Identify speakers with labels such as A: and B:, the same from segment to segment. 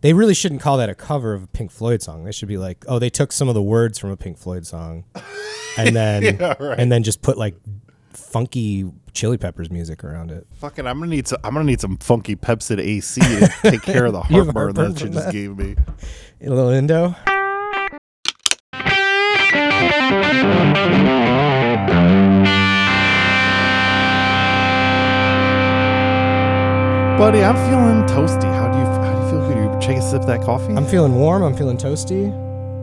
A: They really shouldn't call that a cover of a Pink Floyd song. They should be like, oh, they took some of the words from a Pink Floyd song, and then
B: Yeah, right.
A: and then just put like funky Chili Peppers music around it.
B: Fucking, I'm gonna need some. I'm gonna need some funky Pepsid AC to take care of the
A: You have
B: heartburn
A: heartburn
B: that you
A: from
B: just
A: that?
B: gave me.
A: A little Indo.
B: Buddy, I'm feeling toasty. How do you? How do you feel? Good? You take a sip of that coffee.
A: I'm feeling warm. I'm feeling toasty.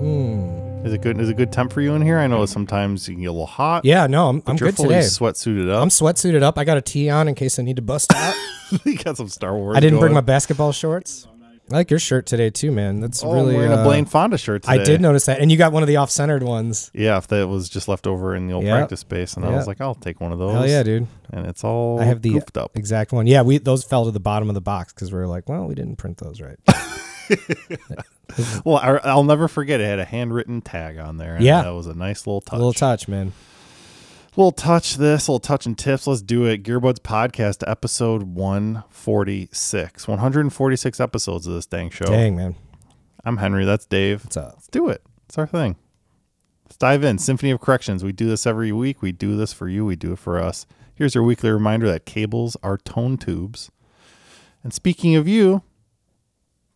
A: Mm.
B: is it good? Is it good temp for you in here? I know sometimes you can get a little hot.
A: Yeah, no, I'm, I'm
B: You're
A: good
B: fully
A: today.
B: sweatsuited up.
A: I'm sweatsuited up. I got a tee on in case I need to bust out.
B: you got some Star Wars.
A: I didn't bring my
B: going.
A: basketball shorts. I like your shirt today too, man. That's
B: Oh,
A: really.
B: I'm wearing
A: uh,
B: a Blaine Fonda shirt today.
A: I did notice that, and you got one of the off-centered ones.
B: Yeah, if that was just left over in the old
A: Yeah.
B: practice space, and I
A: Yeah.
B: was like, I'll take one of those.
A: Hell yeah, dude!
B: And it's all
A: I have the uh,
B: goofed up.
A: exact one. Yeah, we those fell to the bottom of the box because we were like, well, we didn't print those right.
B: Well, I, I'll never forget. It had a handwritten tag on there. And
A: Yeah.
B: that was a nice little touch.
A: Little touch, man.
B: little touch this, little touch and tips. Let's do it. Gearbuds Podcast, episode 146. 146 episodes of this dang show.
A: Dang, man. uh,
B: I'm Henry. That's Dave.
A: What's up?
B: Let's do it. It's our thing. Let's dive in. Symphony of Corrections. We do this every week. We do this for you. We do it for us. Here's your weekly reminder that cables are tone tubes. And speaking of you,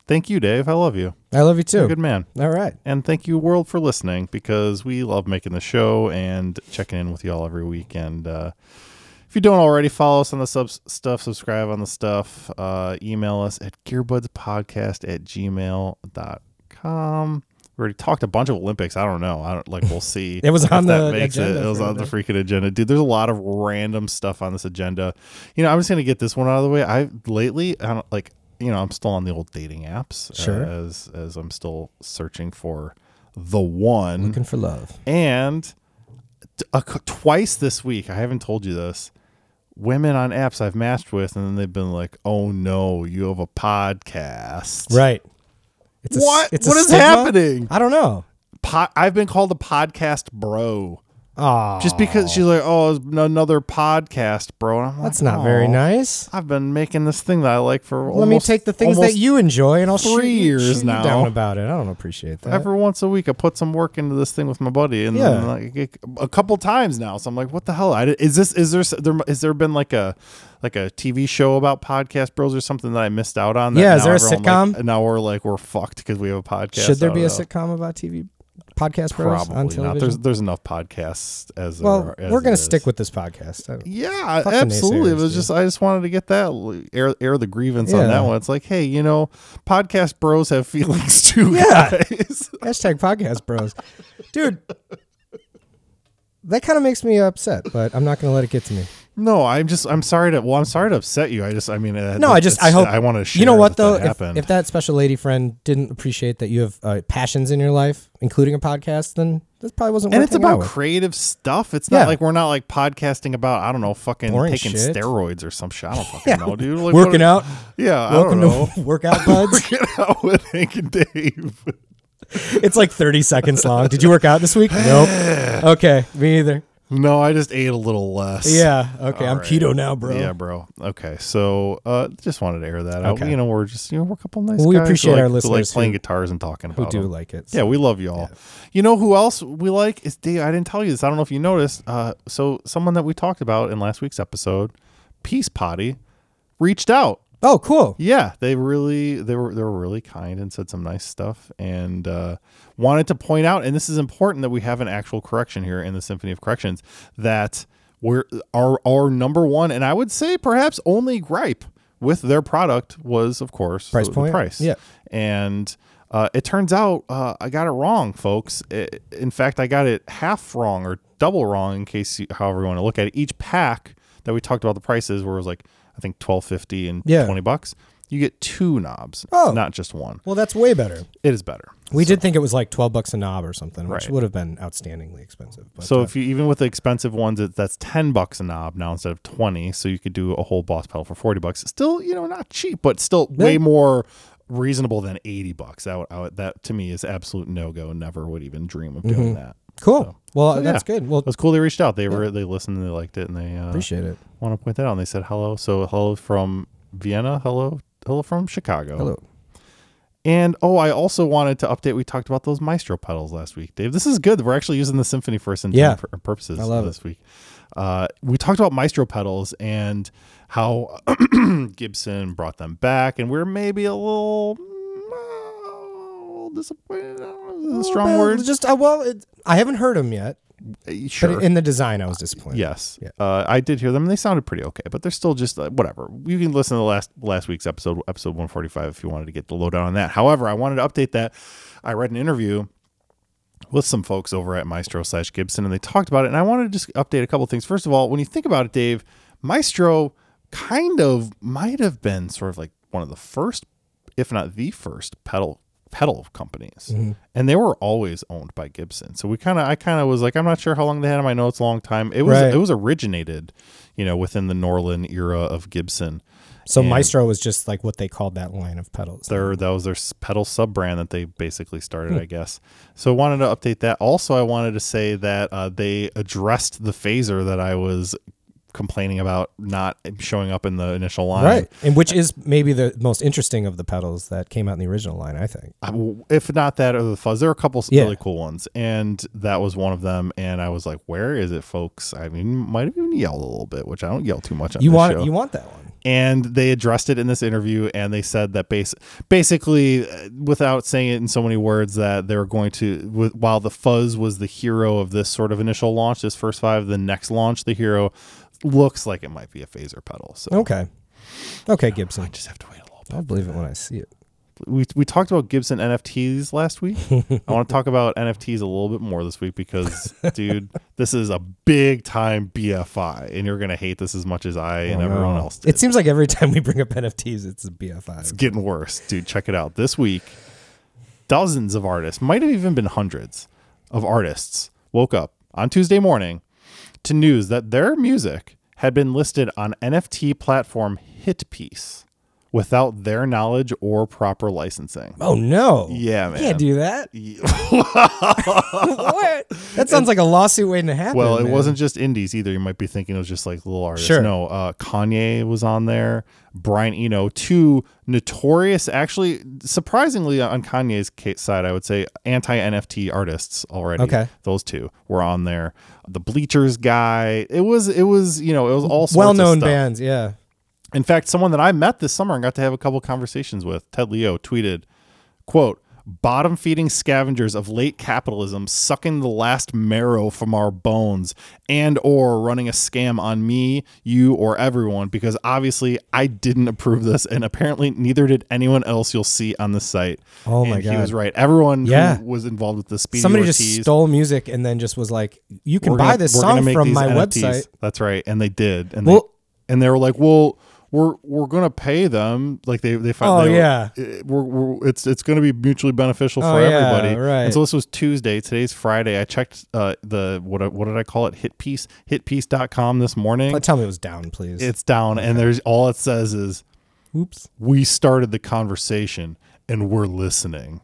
B: thank you, Dave. I love you.
A: I love you
B: You're
A: too.
B: a good man.
A: All right.
B: And thank you, world, for listening because we love making the show and checking in with y'all every week. And uh, if you don't already, follow us on the subs- stuff, subscribe on the stuff, uh, email us at gearbudspodcast at gmail.com. We already talked a bunch of Olympics. I don't know. I don't like. We'll see.
A: It was
B: if
A: on
B: that
A: the
B: makes it.
A: agenda
B: It was
A: for a
B: on the
A: bit.
B: freaking agenda, dude. There's a lot of random stuff on this agenda. You know, I'm just gonna get this one out of the way. I lately, I don't like. You know, I'm still on the old dating apps. uh,
A: Sure.
B: as as I'm still searching for the one.
A: Looking for love.
B: And t- a c twice this week, I haven't told you this. Women on apps I've matched with, and then they've been like, "Oh no, you have a podcast."
A: Right. It's s-
B: What?
A: it's
B: What is
A: stigma?
B: happening?
A: I don't know.
B: Po- I've been called a podcast bro
A: Oh,
B: just because she's like, "Oh, it's n- another podcast, bro." And I'm
A: that's
B: like,
A: not very
B: "Aw,
A: nice.
B: I've been making this thing that I like for
A: Let me take the things that you enjoy, and I'll shoot
B: three
A: you-
B: years
A: shoot you
B: now.
A: down about it. I don't appreciate that.
B: every once a week I put some work into this thing with my buddy, and
A: Yeah.
B: then like it- a couple times now. So I'm like, what the hell? I, di- is this? Is there? s- There has there been like a like a TV show about podcast bros or something that I missed out on? that
A: Yeah, is
B: now
A: there a
B: everyone, like-
A: sitcom?
B: and now we're like we're fucked because we have a podcast.
A: Should there
B: I
A: be a
B: don't know.
A: sitcom about TV podcast bros on
B: Probably
A: television?
B: not. There's there's enough podcasts as
A: well,
B: there are- as
A: we're
B: it
A: gonna
B: is.
A: stick with this podcast. I don't-
B: Yeah,
A: Fucking
B: absolutely. It
A: naysayers,
B: was
A: dude.
B: just I just wanted to get that l- air air the grievance on
A: Yeah.
B: that one. It's like, hey, you know, podcast bros have feelings too,
A: Yeah.
B: guys.
A: Hashtag podcast bros, dude. That kind of makes me upset, but I'm not gonna let it get to me.
B: No, I'm just I'm sorry to well I'm sorry to upset you. I just I mean uh,
A: No, I just I
B: it's-
A: hope
B: I want to share
A: You know what
B: that
A: though?
B: that
A: if,
B: happened.
A: if that special lady friend didn't appreciate that you have uh, passions in your life, including a podcast, then this probably wasn't.
B: and
A: worth
B: it's
A: hanging out
B: about
A: with.
B: creative stuff. It's
A: Yeah.
B: not like we're not like podcasting about I don't know fucking
A: Boring
B: taking
A: shit.
B: steroids or some shit. I don't fucking know, dude. Like,
A: working
B: what-
A: out.
B: Yeah, I
A: Welcome
B: don't know.
A: to workout buds.
B: Working out with Hank and Dave.
A: it's like 30 seconds long. Did you work out this week? Nope. Okay, me either.
B: No, I just ate a little less.
A: Yeah. Okay, I'm
B: right.
A: keto now, bro.
B: Yeah, bro. Okay, so uh, just wanted to air that out.
A: Okay.
B: You know, we're just you know we're a couple nice.
A: Well, we
B: guys who
A: appreciate
B: like-
A: our
B: who like
A: listeners
B: playing
A: who-
B: guitars and talking
A: Who
B: about
A: do
B: them.
A: like it?
B: Yeah, we love y'all. You know who else we like is Dave. I didn't tell you this. I don't know if you noticed. Uh, so someone that we talked about in last week's episode, Peace Potty, reached out.
A: Oh, cool.
B: Yeah, they really they were they were really kind and said some nice stuff and uh, wanted to point out. And this is important that we have an actual correction here in the Symphony of Corrections that we're our our number one and I would say perhaps only gripe with their product was of course
A: Price
B: the- the
A: point?
B: price
A: Yeah.
B: and uh, it turns out uh, I got it wrong, folks. I in fact, I got it half wrong or double wrong. In case you, however you want to look at it, each pack that we talked about the prices where it was like I think twelve fifty and
A: Yeah.
B: twenty bucks. You get two knobs,
A: Oh.
B: not just one.
A: Well, that's way better.
B: It is better.
A: We did think it was like 12 bucks a knob or something, which
B: Right.
A: would have been outstandingly expensive. But
B: So if you even with the expensive ones, it, that's ten bucks a knob now instead of twenty. So you could do a whole boss pedal for forty bucks. Still, you know, not cheap, but still way more reasonable than eighty bucks. That would- I would- that to me is absolute no go. Never would even dream of doing that.
A: cool. well,
B: so,
A: that's
B: yeah.
A: good. Well,
B: It was cool. They reached out. They were they listened. They liked it, and they uh,
A: appreciate it.
B: want to point that out. And they said hello. So hello from Vienna. Hello, hello from Chicago.
A: Hello.
B: And oh, I also wanted to update. We talked about those Maestro pedals last week, Dave. This is good. We're actually using the Symphony first and
A: Yeah.
B: uh, purposes
A: I love
B: this week. Uh, we talked about Maestro pedals and how Gibson brought them back, and we're maybe a little uh, disappointed. I don't know, Is that a strong
A: Well,
B: word?
A: Just uh, well, it, I haven't heard them yet,
B: Uh,
A: but
B: Sure.
A: in the design, I was disappointed.
B: Yes,
A: Yeah.
B: uh, I did hear them. and They sounded pretty okay, but they're still just uh, whatever. You can listen to the last last week's episode, episode one forty five, if you wanted to get the lowdown on that. However, I wanted to update that. I read an interview with some folks over at Maestro slash Gibson, and they talked about it. And I wanted to just update a couple things. First of all, when you think about it, Dave, Maestro kind of might have been sort of like one of the first, if not the first, pedal pedal companies, and they were always owned by Gibson. So we kind of, I kind of was like, I'm not sure how long they had them. I know it's a long time. It was
A: Right.
B: it was originated, you know, within the Norlin era of Gibson.
A: So
B: And-
A: Maestro was just like what they called that line of pedals.
B: their that was their s- pedal sub brand that they basically started,
A: Hmm.
B: I guess. So I wanted to update that. Also, I wanted to say that uh, they addressed the phaser that I was complaining about not showing up in the initial line.
A: right, and which is maybe the most interesting of the pedals that came out in the original line. I think.
B: I- if not that or the fuzz, there are a couple
A: Yeah.
B: really cool ones, and that was one of them. And I was like, "Where is it, folks?" I mean, might have even yelled a little bit, which I don't yell too much. On
A: You
B: this
A: want
B: show.
A: you want that one.
B: and they addressed it in this interview and they said that bas- basically uh, without saying it in so many words that they were going to with, while the fuzz was the hero of this sort of initial launch this first five the next launch the hero looks like it might be a phaser pedal so
A: Okay, okay, Gibson.
B: just have to wait a little bit
A: I'll believe it when I see it.
B: we, we talked about gibson nfts last week i want to talk about nfts a little bit more this week because dude this is a big time bfi and you're gonna hate this as much as i and
A: Oh, no.
B: everyone else did.
A: It seems like every time we bring up NFTs, it's a BFI.
B: It's getting worse, dude. Check it out. This week, dozens of artists, might have even been hundreds of artists, woke up on Tuesday morning to news that their music had been listed on NFT platform Hitpiece without their knowledge or proper licensing.
A: Oh no!
B: Yeah, man.
A: Can't do that.
B: Yeah.
A: what? That sounds like a lawsuit waiting to happen.
B: well, it
A: man.
B: wasn't just indies either. You might be thinking it was just like little artists.
A: Sure.
B: No, uh, Kanye was on there. Brian Eno, two notorious, actually, surprisingly uh, on Kanye's ca- side, I would say anti NFT artists already.
A: Okay.
B: those two were on there. The Bleachers guy. It was, it was, you know, it was all sorts of
A: Well-known
B: stuff.
A: bands, yeah.
B: In fact, someone that I met this summer and got to have a couple conversations with, Ted Leo, tweeted, quote, bottom feeding scavengers of late capitalism sucking the last marrow from our bones and or running a scam on me, you, or everyone, because obviously I didn't approve this and apparently neither did anyone else you'll see on the site.
A: Oh my
B: and he
A: God.
B: was right. Everyone
A: Yeah.
B: who was involved with the speedy
A: Somebody
B: Ortiz,
A: just stole music and then just was like, "You can
B: we're
A: buy
B: gonna-
A: this
B: we're gonna
A: song
B: make
A: from
B: these
A: my
B: NFTs.
A: website."
B: That's right, and they did, and
A: Well-
B: they, and they were like, well, we're we're gonna pay them, like they they
A: Oh,
B: found. they were-
A: yeah.
B: it- we're, we're, it's it's gonna be mutually beneficial
A: Oh,
B: for
A: yeah,
B: everybody.
A: right.
B: And so this was Tuesday. Today's Friday. I checked uh, the what I- what did I call it? Hit piece hitpiece.com this morning.
A: But tell me it was down, please.
B: it's down, and there's all it says is
A: Oops.
B: we started the conversation and we're listening.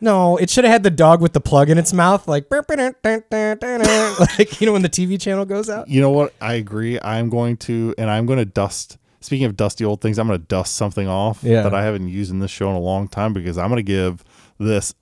A: No, it should have had the dog with the plug in its mouth, like, like you know when the TV channel goes out.
B: You know what? I agree. I'm going to, and I'm going to dust. Speaking of dusty old things, I'm going to dust something off
A: Yeah.
B: that I haven't used in this show in a long time because I'm going to give this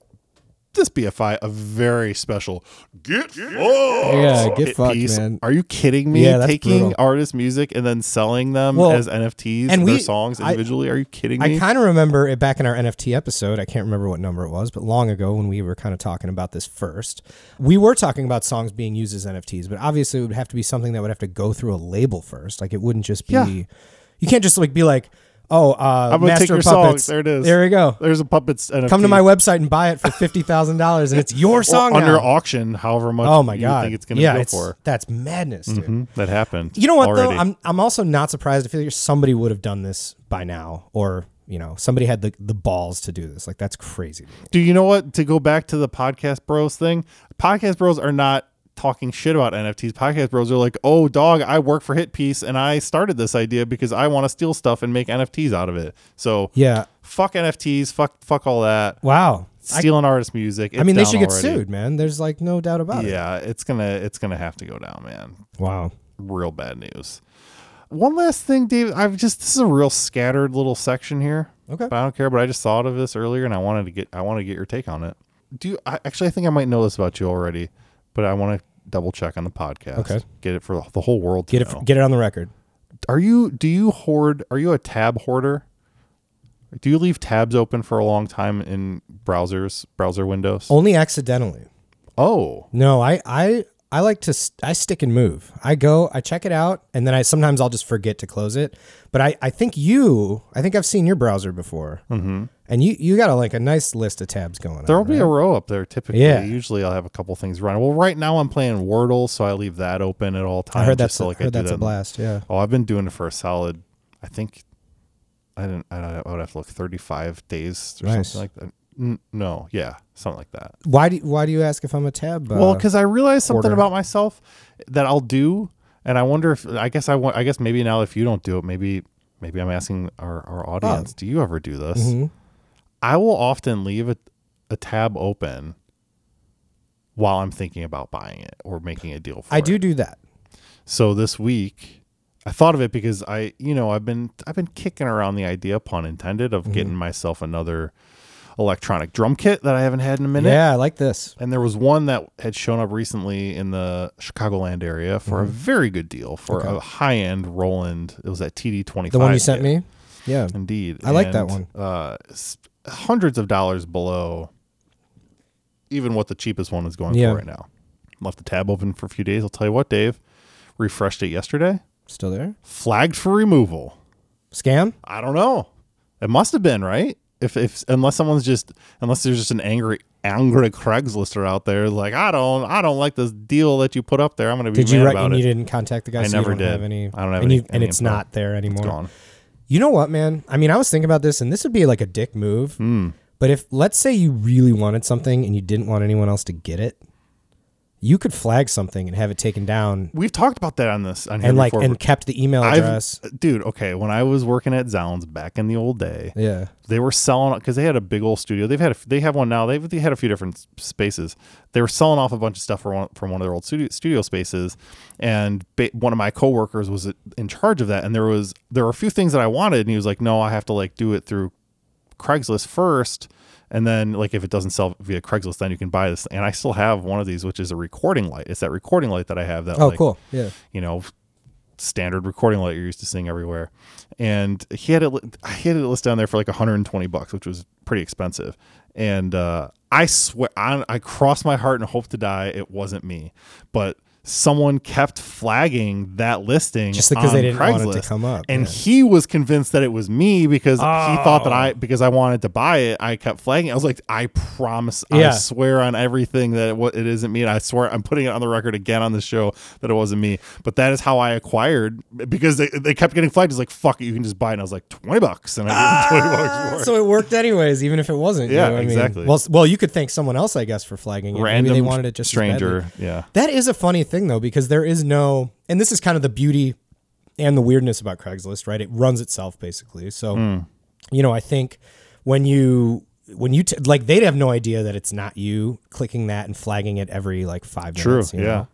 B: this BFI a very special get, fucked.
A: Yeah, get fucked,
B: piece.
A: man.
B: Are you kidding me?
A: Yeah, that's
B: Taking
A: brutal.
B: artist music and then selling them
A: Well,
B: as NFTs
A: and
B: and their
A: we-
B: songs
A: I-
B: individually? Are you kidding
A: I
B: me?
A: kind of remember it back in our NFT episode. I can't remember what number it was, but long ago when we were kind of talking about this first, we were talking about songs being used as NFTs, but obviously it would have to be something that would have to go through a label first. Like it wouldn't just be,
B: Yeah.
A: you can't just like be like, oh, uh,
B: I'm gonna
A: Master
B: take your
A: of
B: song.
A: Puppets.
B: There it is.
A: There we go.
B: There's a puppets NFT.
A: Come to my website and buy it for fifty thousand dollars, and it's your
B: or
A: song
B: under
A: now.
B: auction, however much
A: oh my
B: you
A: god!
B: think it's going to
A: yeah,
B: go
A: it's-
B: for.
A: that's madness, dude.
B: Hmm, That happened.
A: You know what
B: already.
A: though? I'm I'm also not surprised. I feel like somebody would have done this by now, or you know, somebody had the, the balls to do this. Like that's crazy. dude.
B: Do you know what? To go back to the podcast bros thing, podcast bros are not talking shit about NFTs. Podcast bros are like, oh, dog, I work for Hit Piece and I started this idea because I want to steal stuff and make NFTs out of it. So
A: Yeah.
B: fuck NFTs, fuck fuck all that.
A: Wow. I,
B: Stealing artist music.
A: I mean, they
B: it's
A: should
B: down
A: get
B: already.
A: sued, man. There's like no doubt about it.
B: Yeah, it's gonna it's gonna have to go down, man.
A: Wow.
B: Real bad news. One last thing, Dave. I've just this is a real scattered little section here.
A: Okay.
B: But I don't care. But I just thought of this earlier, and I wanted to get I want to get your take on it. Do you, I, actually I think I might know this about you already, but I want to double check on the podcast.
A: Okay.
B: Get it for the whole world. To
A: Get it,
B: know.
A: get it on the record.
B: Are you do you hoard? Are you a tab hoarder? Do you leave tabs open for a long time in browsers, browser windows?
A: Only accidentally.
B: Oh,
A: No, I I I like to st- I stick and move. I go, I check it out, and then I sometimes I'll just forget to close it. But I I think you I think I've seen your browser before, mm-hmm. and you you got a, like a nice list of tabs going.
B: there'll
A: on,
B: be
A: right?
B: a row up there typically.
A: Yeah.
B: Usually I'll have a couple things running. Well, right now I'm playing Wordle, so I leave that open at all times.
A: I heard
B: just
A: that's
B: so,
A: a,
B: like I
A: heard
B: do
A: that's a
B: that-
A: blast. Yeah.
B: Oh, I've been doing it for a solid. I think I didn't. I, don't, I would have to look thirty-five days or
A: Nice.
B: something like that. N- no, yeah, something like that.
A: Why do why do you ask if I'm a tab? Uh,
B: Well, because I realized something
A: order.
B: about myself that I'll do, and I wonder if I guess I want. I guess maybe now if you don't do it, maybe maybe I'm asking our our audience. Do you ever do this?
A: Mhm.
B: I will often leave a, a tab open while I'm thinking about buying it or making a deal for
A: I
B: it.
A: do do that.
B: So this week, I thought of it because I, you know, I've been I've been kicking around the idea, pun intended,
A: Mm-hmm.
B: of getting myself another electronic drum kit that I haven't had in a minute.
A: Yeah, I like this.
B: And there was one that had shown up recently in the Chicagoland area for a
A: Mm-hmm.
B: very good deal for a high end Roland. It was that TD25.
A: The one you sent me. Yeah.
B: Indeed.
A: I like that
B: And, Uh, s- hundreds of dollars below even what the cheapest one is going
A: Yeah.
B: for right now. Left the tab open for a few days. I'll tell you what, Dave. Refreshed it yesterday.
A: Still there?
B: Flagged for removal.
A: Scam?
B: I don't know. It must have been right. If if unless someone's just unless there's just an angry angry Craigslister out there like I don't I don't like this deal that you put up there. I'm gonna be
A: Did
B: mad
A: you write
B: about
A: and
B: it.
A: you didn't contact the guy?
B: I
A: so
B: never
A: you don't
B: did.
A: Have any,
B: I don't have
A: and
B: any-
A: you, and
B: any
A: it's
B: info.
A: not there anymore.
B: Gone.
A: You know what, man? I mean, I was thinking about this, and this would be like a dick move.
B: Hmm.
A: But if, let's say, you really wanted something and you didn't want anyone else to get it, you could flag something and have it taken down,
B: We've talked about that on this on here
A: and like,
B: before.
A: and kept the email
B: I've-
A: address.
B: dude, okay. When I was working at Zounds back in the old day,
A: yeah,
B: they were selling because they had a big old studio. They've had a, f- they have one now. They've they had a few different s- spaces. They were selling off a bunch of stuff from one, from one of their old studio, studio spaces, and ba- one of my coworkers was in charge of that. And there was there were a few things that I wanted, and he was like, "No, I have to like do it through Craigslist first, and then like if it doesn't sell via Craigslist, then you can buy this." And I still have one of these, which is a recording light. It's that recording light that I have that
A: Oh,
B: like,
A: cool. Yeah.
B: you know standard recording light you're used to seeing everywhere and he had it li- he had it listed down there for like 120 bucks which was pretty expensive and uh i swear i, I crossed my heart and hope to die it wasn't me but someone kept flagging that listing
A: Just because they
B: on
A: didn't want it to
B: Craigslist.
A: come up,
B: and
A: yeah.
B: he was convinced that it was me because he thought that
A: Oh.
B: i because i wanted to buy it i kept flagging i was like i promise
A: Yeah.
B: i swear on everything that it, wa- it isn't me. And I swear I'm putting it on the record again on the show that it wasn't me. But that is how I acquired because they, they kept getting flagged. It's like, fuck it, you can just buy it. And I was like, 20 bucks. And I gave them
A: Ah.
B: 20 bucks for it.
A: So it worked anyways, even if it wasn't. you
B: Yeah,
A: know what I mean?
B: exactly.
A: Well, s- well, you could thank someone else, I guess, for flagging it.
B: Random
A: Maybe they wanted it just as badly.
B: stranger. Yeah.
A: That is a funny thing though, because there is no, and this is kind of the beauty and the weirdness about Craigslist, right? It runs itself basically. So,
B: Hmm.
A: you know, I think when you when you t- like, they'd have no idea that it's not you clicking that and flagging it every like five
B: True.
A: minutes. you
B: Yeah.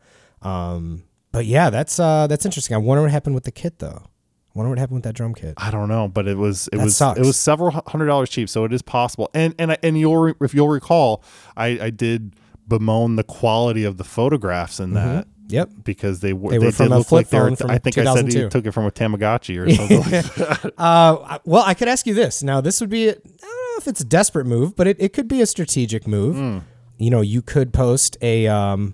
A: know? But yeah, that's uh that's interesting. I wonder what happened with the kit though. I wonder what happened with that drum kit.
B: I don't know, but it was it was
A: sucks.
B: it was several hu- hundred dollars cheap, so it is possible. And and I- and you'll re- if you'll recall, I I did bemoan the quality of the photographs in that
A: Yep.
B: because they
A: Mm-hmm.
B: were
A: They
B: they,
A: were from
B: did
A: a
B: look like
A: flip
B: they were.
A: phone from
B: I think I said he
A: 2002.
B: took it from a Tamagotchi or something. like that.
A: Uh, I- well, I could ask you this. Now, this would be, I don't know if it's a desperate move, but it, it could be a strategic move.
B: Hmm.
A: You know, you could post a, um,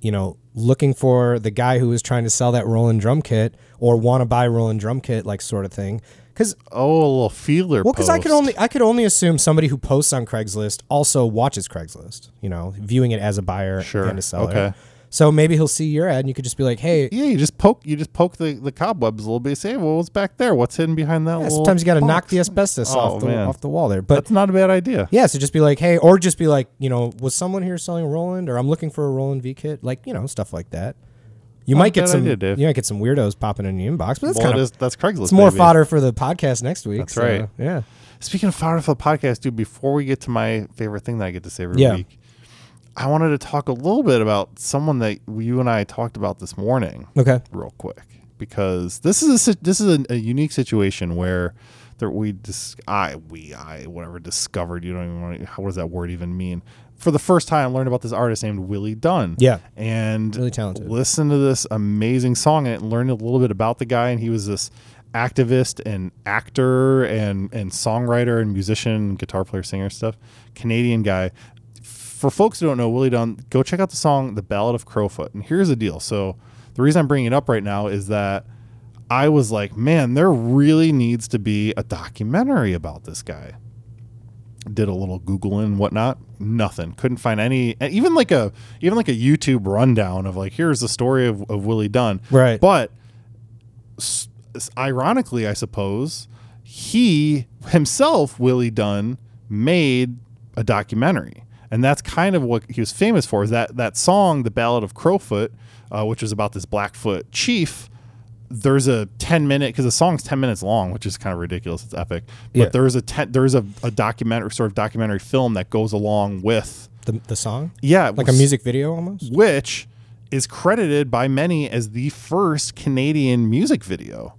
A: you know, looking for the guy who was trying to sell that Roland drum kit or want to buy Roland drum kit, like sort of thing. Because
B: Oh, a little feeler.
A: well, because I could
B: post.
A: only I could only assume somebody who posts on Craigslist also watches Craigslist. You know, viewing it as a buyer
B: Sure.
A: and a seller.
B: Okay.
A: So maybe he'll see your ad, and you could just be like, "Hey,
B: Yeah, you just poke you just poke the, the cobwebs a little bit. Say, well, what's back there? What's hidden behind that?
A: yeah,
B: little
A: sometimes you got to knock
B: box?"
A: the asbestos
B: Oh,
A: off the
B: man.
A: off the wall there." But
B: That's not a bad idea.
A: Yeah, so just be like, hey, or just be like, you know, was someone here selling a Roland, or I'm looking for a Roland V kit, like you know, stuff like that. You might get
B: bad
A: some,
B: idea, Dave.
A: you might get some weirdos popping in your inbox, but that's
B: Well,
A: kind
B: it
A: of
B: is- that's Craigslist.
A: it's more
B: baby.
A: fodder for the podcast next week.
B: That's
A: so,
B: right.
A: Yeah,
B: Speaking of fodder for the podcast, dude, before we get to my favorite thing that I get to say every
A: Yeah.
B: week, I wanted to talk a little bit about someone that you and I talked about this morning,
A: okay,
B: real quick. because this is a si- this is a, a unique situation where there we dis- I we I whatever discovered you don't even want to, how what does that word even mean for the first time learned about this artist named Willie Dunn
A: Yeah.
B: and
A: Really talented.
B: listen to this amazing song and learned a little bit about the guy and he was this activist and actor and and songwriter and musician guitar player singer stuff canadian guy for folks who don't know willie dunn go check out the song the ballad of crowfoot and here's the deal so the reason i'm bringing it up right now is that i was like man there really needs to be a documentary about this guy did a little googling and whatnot nothing couldn't find any and even like a even like a youtube rundown of like here's the story of, of willie dunn
A: Right.
B: but s- s- ironically i suppose he himself willie dunn made a documentary and that's kind of what he was famous for is that that song the ballad of crowfoot uh, which is about this blackfoot chief there's a 10 minute because the song's 10 minutes long which is kind of ridiculous it's epic but
A: Yeah.
B: there's a ten, there's a, a documentary sort of documentary film that goes along with
A: The, the song?
B: yeah
A: Like a music video almost?
B: which is credited by many as the first Canadian music video.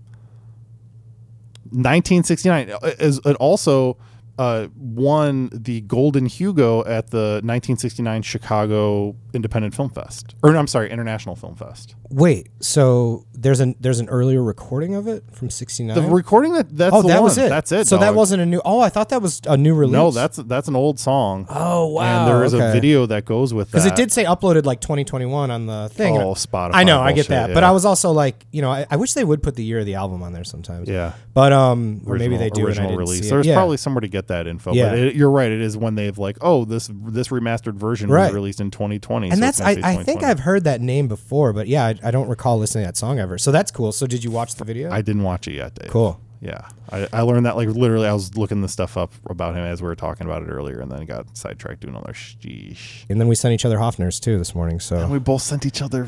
B: 1969 Uh, is it also uh, won the Golden Hugo at the 1969 Chicago Independent Film Fest, or no, I'm sorry, International Film Fest.
A: Wait, so there's an there's an earlier recording of it from 69?
B: The recording that that's
A: oh,
B: the
A: that
B: one.
A: was it.
B: That's it.
A: So that
B: dog.
A: wasn't a new Oh, I thought that was a new release.
B: no. That's that's an old song.
A: Oh, wow.
B: and there is a
A: okay.
B: video that goes with
A: Because
B: that.
A: it did say uploaded like 2021 on the thing.
B: Oh, Spotify.
A: I know, I get
B: bullshit,
A: that. But
B: yeah.
A: I was also like, you know, I, I wish they would put the year of the album on there sometimes.
B: yeah.
A: But um, or maybe
B: original-
A: they do.
B: original
A: and I didn't
B: release.
A: See it.
B: There's
A: yeah.
B: probably somewhere to get that info.
A: Yeah.
B: But it, you're right. It is when they've like, oh, this this remastered version was
A: Right.
B: released in 2020. so
A: And
B: it's
A: that's I,
B: gonna say
A: I think
B: 2020.
A: I've heard that name before, but yeah, I, I don't recall listening to that song ever. So that's cool. So did you watch the video?
B: I didn't watch it yet, Dave.
A: cool.
B: Yeah, I, I learned that like literally. I was looking this stuff up about him as we were talking about it earlier, and then got sidetracked doing all our sheesh.
A: And then we sent each other Hoffners too this morning.
B: And
A: So
B: we both sent each other.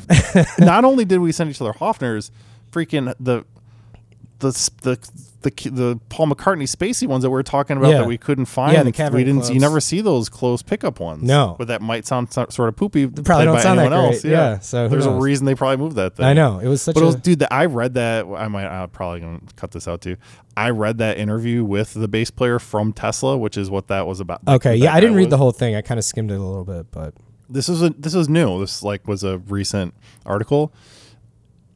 B: not only did we send each other Hoffners, freaking the. The, s- the the the Paul McCartney Spacey ones that we were talking about
A: Yeah.
B: that we couldn't find.
A: Yeah, the cavern
B: we didn't. You
A: clubs.
B: never see those close pickup ones.
A: No.
B: but that might sound so- sort of poopy.
A: probably
B: played
A: don't
B: by
A: sound that
B: anyone
A: great.
B: else.
A: Yeah, so who
B: there's a
A: knows?
B: reason they probably moved that thing.
A: I know it was such
B: But it was,
A: a
B: dude, that I read that. I might. I'm probably gonna cut this out too. I read that interview with the bass player from Tesla, which is what that was about. like,
A: okay.
B: who
A: Yeah,
B: that
A: I didn't
B: guy
A: read
B: was.
A: the whole thing. I kind of skimmed it a little bit, but
B: This was a, this was new. This like was a recent article.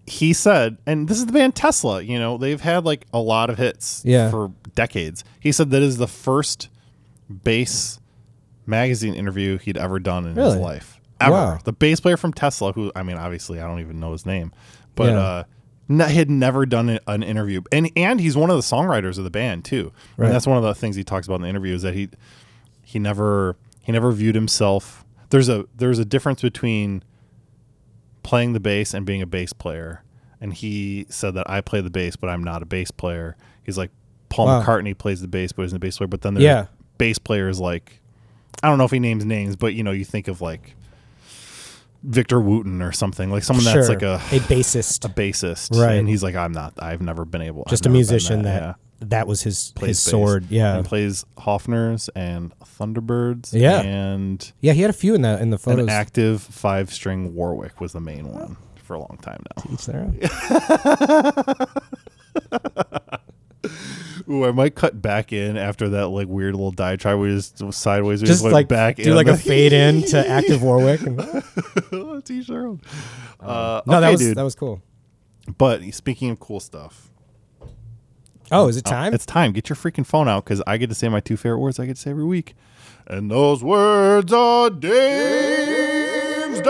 B: He said, and this is the band Tesla. You know, they've had like a lot of hits
A: Yeah.
B: for decades. He said that is the first bass magazine interview he'd ever done in his
A: Really?
B: life ever.
A: Wow.
B: The bass player from Tesla, who I mean, obviously I don't even know his name, but
A: Yeah.
B: uh, n- he had never done an- an interview, and and he's one of the songwriters of the band too.
A: Right.
B: And that's one of the things he talks about in the interview is that he he never he never viewed himself. There's a there's a difference between playing the bass and being a bass player. And he said that I play the bass, but I'm not a bass player. He's like Paul
A: Wow.
B: McCartney plays the bass, but isn't a bass player. But then there's
A: Yeah.
B: bass players like I don't know if he names names, but you know, you think of like Victor Wooten or something like someone
A: sure,
B: that's like a
A: bassist,
B: bassist,
A: Right.
B: And he's like, I'm not. I've never been able. I've
A: just a
B: never been
A: musician that
B: yeah.
A: that was his his
B: Plays bass
A: sword. Yeah,
B: and plays Hoffners and Thunderbirds.
A: Yeah.
B: and
A: yeah. He had a few in the in the
B: an
A: photos.
B: active five string Warwick was the main one for a long time now.
A: Each their own.
B: Ooh, I might cut back in after that like weird little diatribe. We just sideways. We just,
A: Just
B: went
A: like
B: back
A: do
B: in.
A: like a fade in to active Warwick. And, no,
B: It's each their own. Oh, Uh, no,
A: that was
B: dude.
A: that was cool.
B: But speaking of cool stuff,
A: Oh, is it time?
B: it's time. Get your freaking phone out because I get to say my two favorite words I get to say every week, and those words are Dave's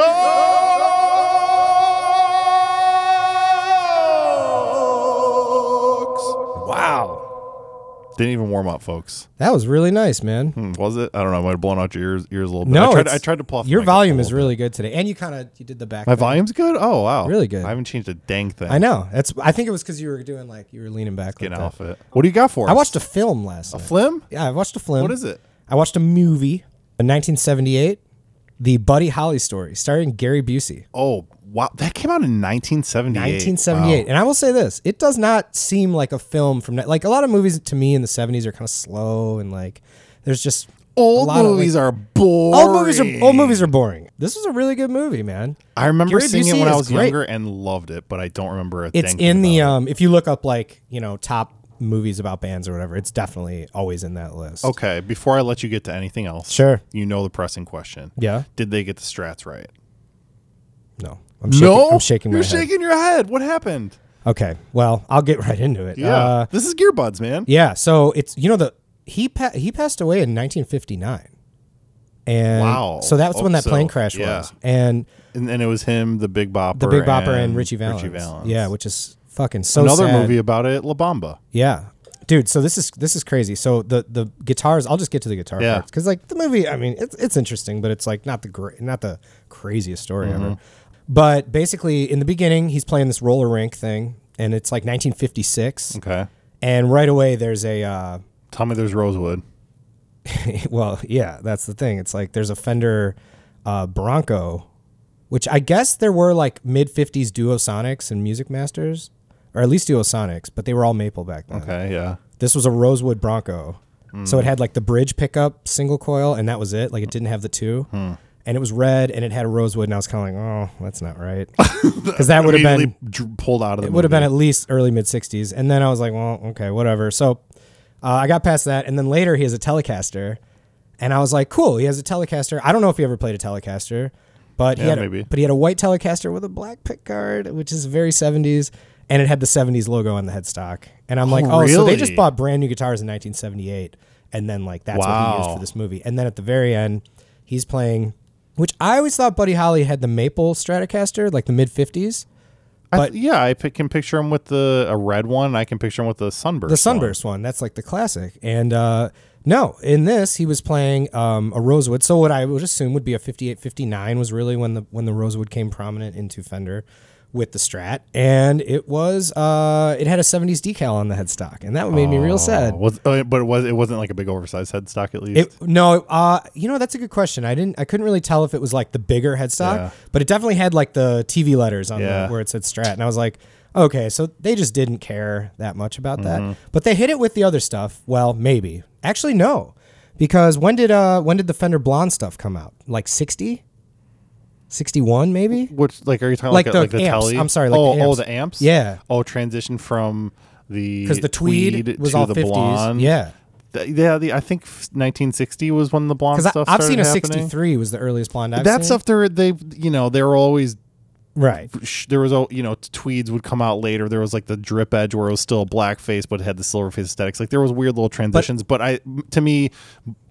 B: Dogs.
A: wow,
B: Didn't even warm up, folks.
A: that was really nice, man.
B: Hmm, was it? I don't know. I might have blown out your ears, ears a little bit.
A: No,
B: I tried,
A: it's-
B: I tried to pluff.
A: Your
B: my mic up a
A: volume is
B: little bit.
A: really good today, and you kind of you did the back.
B: My
A: thing.
B: volume's good. Oh wow,
A: Really good.
B: I haven't changed a dang thing.
A: I know. That's. I think it was because you were doing like you were leaning back.
B: Getting
A: like
B: off
A: that.
B: it. What do you got for?
A: I
B: us?
A: watched a film last night.
B: Flim.
A: yeah, I watched a film.
B: What is it?
A: I watched a movie in 1978, the Buddy Holly story, starring Gary Busey.
B: Oh wow, that came out in 1978.
A: 1978. And I will say this, it does not seem like a film from like a lot of movies to me in the 70s are kind of slow and like there's just
B: Old
A: lot of,
B: movies are boring.
A: Old movies are old movies are boring. This was a really good movie, man.
B: I remember
A: Gary
B: seeing it
A: Busey
B: when I
A: is
B: was
A: great.
B: younger and loved it, but I don't remember a
A: It's
B: thing
A: in the
B: about
A: um if you look up like, you know, top movies about bands or whatever, it's definitely always in that list.
B: it. Okay, before I let you get to anything else,
A: uh, Sure.
B: you know the pressing question.
A: Yeah.
B: Did they get the strats right?
A: No. I'm shaking,
B: no,
A: I'm shaking my
B: You're
A: head.
B: shaking your head. What happened?
A: Okay. Well, I'll get right into it.
B: Yeah,
A: Uh,
B: this is Gearbuds, man.
A: yeah, so it's you know the he pa- he passed away in 1959. And
B: Wow.
A: so that's when
B: Oh,
A: that
B: so,
A: plane crash
B: yeah.
A: was. And
B: And, and it was him, the Big Bopper,
A: the Big Bopper and, Richie Valens.
B: Richie Valens.
A: Yeah, which is fucking so
B: another
A: sad.
B: movie about it, La Bamba.
A: Yeah. Dude, so this is this is crazy. So the the guitars, I'll just get to the guitar
B: Yeah.
A: parts because like the movie, I mean, it's it's interesting, but it's like not the great, not the craziest story
B: Mm-hmm.
A: ever. But basically, in the beginning, he's playing this roller rink thing, and it's like 1956,
B: Okay,
A: and right away there's a uh,
B: tell me there's Rosewood.
A: well, yeah, that's the thing. It's like there's a Fender uh, Bronco, which I guess there were like mid 50s Duosonics and Music Masters, or at least Duosonics, but they were all maple back then.
B: Okay, yeah.
A: This was a Rosewood Bronco. So it had like the bridge pickup single coil, and that was it. Like it didn't have the two. And it was red and it had a Rosewood, and I was kind of like, oh, that's not right. Because that would have been
B: Immediately dr- pulled out of the.
A: it would have been at least early mid 60s and then i was like well okay whatever so uh, i got past that and then later he has a telecaster and i was like cool he has a telecaster i don't know if he ever played a telecaster but he
B: Yeah,
A: had a-
B: maybe.
A: but he had a white telecaster with a black pick guard which is very 70s and it had the 70s logo on the headstock and i'm like oh so they just
B: really?
A: bought brand new guitars in 1978 and then like that's what he used
B: Wow.
A: for this movie and then at the very end he's playing which i always thought buddy holly had the maple stratocaster like the mid 50s
B: I th- yeah, I pic- can picture him with the a red one. and I can picture him with the sunburst.
A: the sunburst one. That's like the classic. And uh, no, in this he was playing um, a Rosewood. So what I would assume would be a 58 59 was really when the when the Rosewood came prominent into Fender with the Strat, and it was uh, it had a 70s decal on the headstock, and that made me real sad.
B: one. Was, uh, but it was it wasn't like a big oversized headstock at least.
A: It, no, uh, you know that's a good question. I didn't, I couldn't really tell if it was like the bigger headstock,
B: Yeah.
A: but it definitely had like the TV letters on
B: Yeah.
A: the, where it said Strat, and I was like, okay, so they just didn't care that much about
B: Mm-hmm.
A: that. But they hit it with the other stuff. Well, maybe actually no, because when did uh when did the Fender Blonde stuff come out? Like 60? 61 maybe.
B: Which like are you talking
A: Like
B: like,
A: the
B: a, Oh, like the
A: amps.
B: telly?
A: I'm sorry, like
B: oh,
A: the amps.
B: oh, the amps.
A: Yeah.
B: Oh, transition from the
A: 'Cause the tweed was
B: to
A: all
B: the
A: 50s.
B: blonde.
A: Yeah.
B: Th- yeah. The, I think f- 1960 was when the blonde
A: Because
B: stuff.
A: I've
B: started
A: seen a
B: happening.
A: 63 was the earliest blonde I've
B: That
A: seen.
B: stuff there they you know they were always
A: right?
B: sh- there was a you know tweeds would come out later there was like the drip edge where it was still a black face but had the silver face aesthetics like there was weird little transitions but, i to me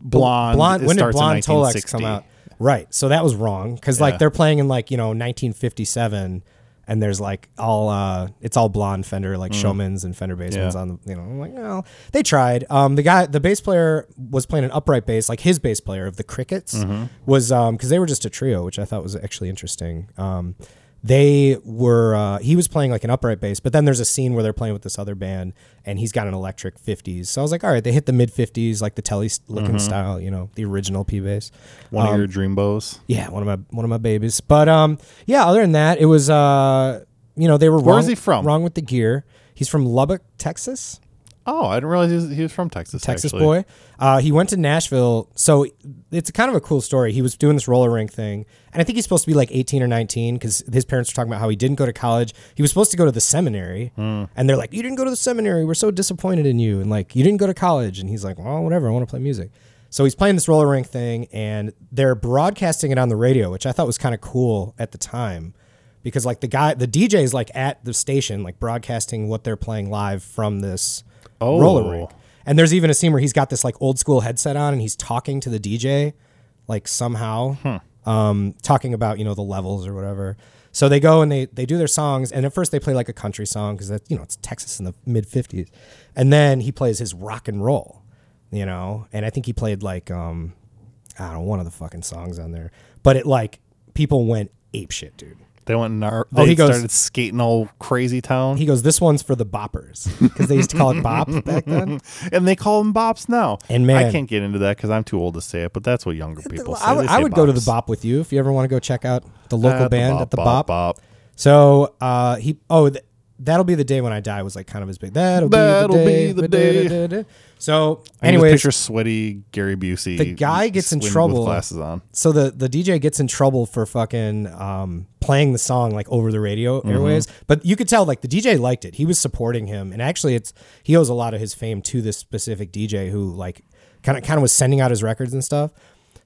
B: blonde, it
A: when did
B: starts in
A: blonde Tolex
B: 1960.
A: come out? Right. So that was wrong because like
B: Yeah.
A: they're playing in like you know 1957, and there's like all uh it's all blonde Fender like Showmans and Fender basements
B: Mm. Yeah.
A: on the you know I'm like well they tried. Um, the guy the bass player was playing an upright bass like his bass player of the Crickets
B: Mm-hmm.
A: was um because they were just a trio which I thought was actually interesting. Um, they were uh, he was playing like an upright bass but then there's a scene where they're playing with this other band and he's got an electric 50s so i was like all right they hit the mid 50s like the telly looking
B: Mm-hmm.
A: style you know the original p bass
B: one of your dream bows
A: yeah one of my one of my babies but um yeah other than that it was uh you know they were
B: Where
A: wrong,
B: is he from?
A: wrong with the gear he's from lubbock texas
B: oh i didn't realize he was, he was from texas
A: Texas
B: actually.
A: boy. Uh, he went to Nashville. So it's kind of a cool story. He was doing this roller rink thing. And I think he's supposed to be like 18 or 19 because his parents were talking about how he didn't go to college. He was supposed to go to the seminary. And they're like, You didn't go to the seminary. We're so disappointed in you. And like, you didn't go to college. And he's like, Well, whatever. I want to play music. So he's playing this roller rink thing and they're broadcasting it on the radio, which I thought was kind of cool at the time because like the guy, the DJ is like at the station, like broadcasting what they're playing live from this
B: Oh.
A: roller rink. And there's even a scene where he's got this like old school headset on and he's talking to the DJ, like somehow, um, talking about you know the levels or whatever. So they go and they they do their songs, and at first they play like a country song because that's you know it's Texas in the mid '50s, and then he plays his rock and roll, you know, and I think he played like um, I don't know one of the fucking songs on there, but it like people went ape shit, dude.
B: they went in our, they
A: he goes-
B: started skating all crazy town
A: He goes, "This one's for the boppers," because they used to call it bop back then.
B: Mm. and they call them bops now
A: And man-
B: i can't get into that because i'm too old to say it but that's what younger people say
A: I
B: They
A: would,
B: say
A: I would go to the
B: bops.
A: Bop with you if you ever want to go check out the local
B: At Uh, the
A: band
B: bop,
A: at the Bop.
B: bop, bop.
A: So uh, he oh th- That'll be the day when I die was like kind of his big. That'll,
B: That'll
A: be the day.
B: be the
A: da-da-da-da-da. So,
B: I can just
A: anyways,
B: picture sweaty Gary Busey.
A: The guy gets in
B: with
A: trouble.
B: Glasses on.
A: so the the DJ gets in trouble for fucking um, playing the song like over the radio airwaves. But you could tell like the DJ liked it. He was supporting him, and actually, it's he owes a lot of his fame to this specific DJ who like kind of kind of was sending out his records and stuff.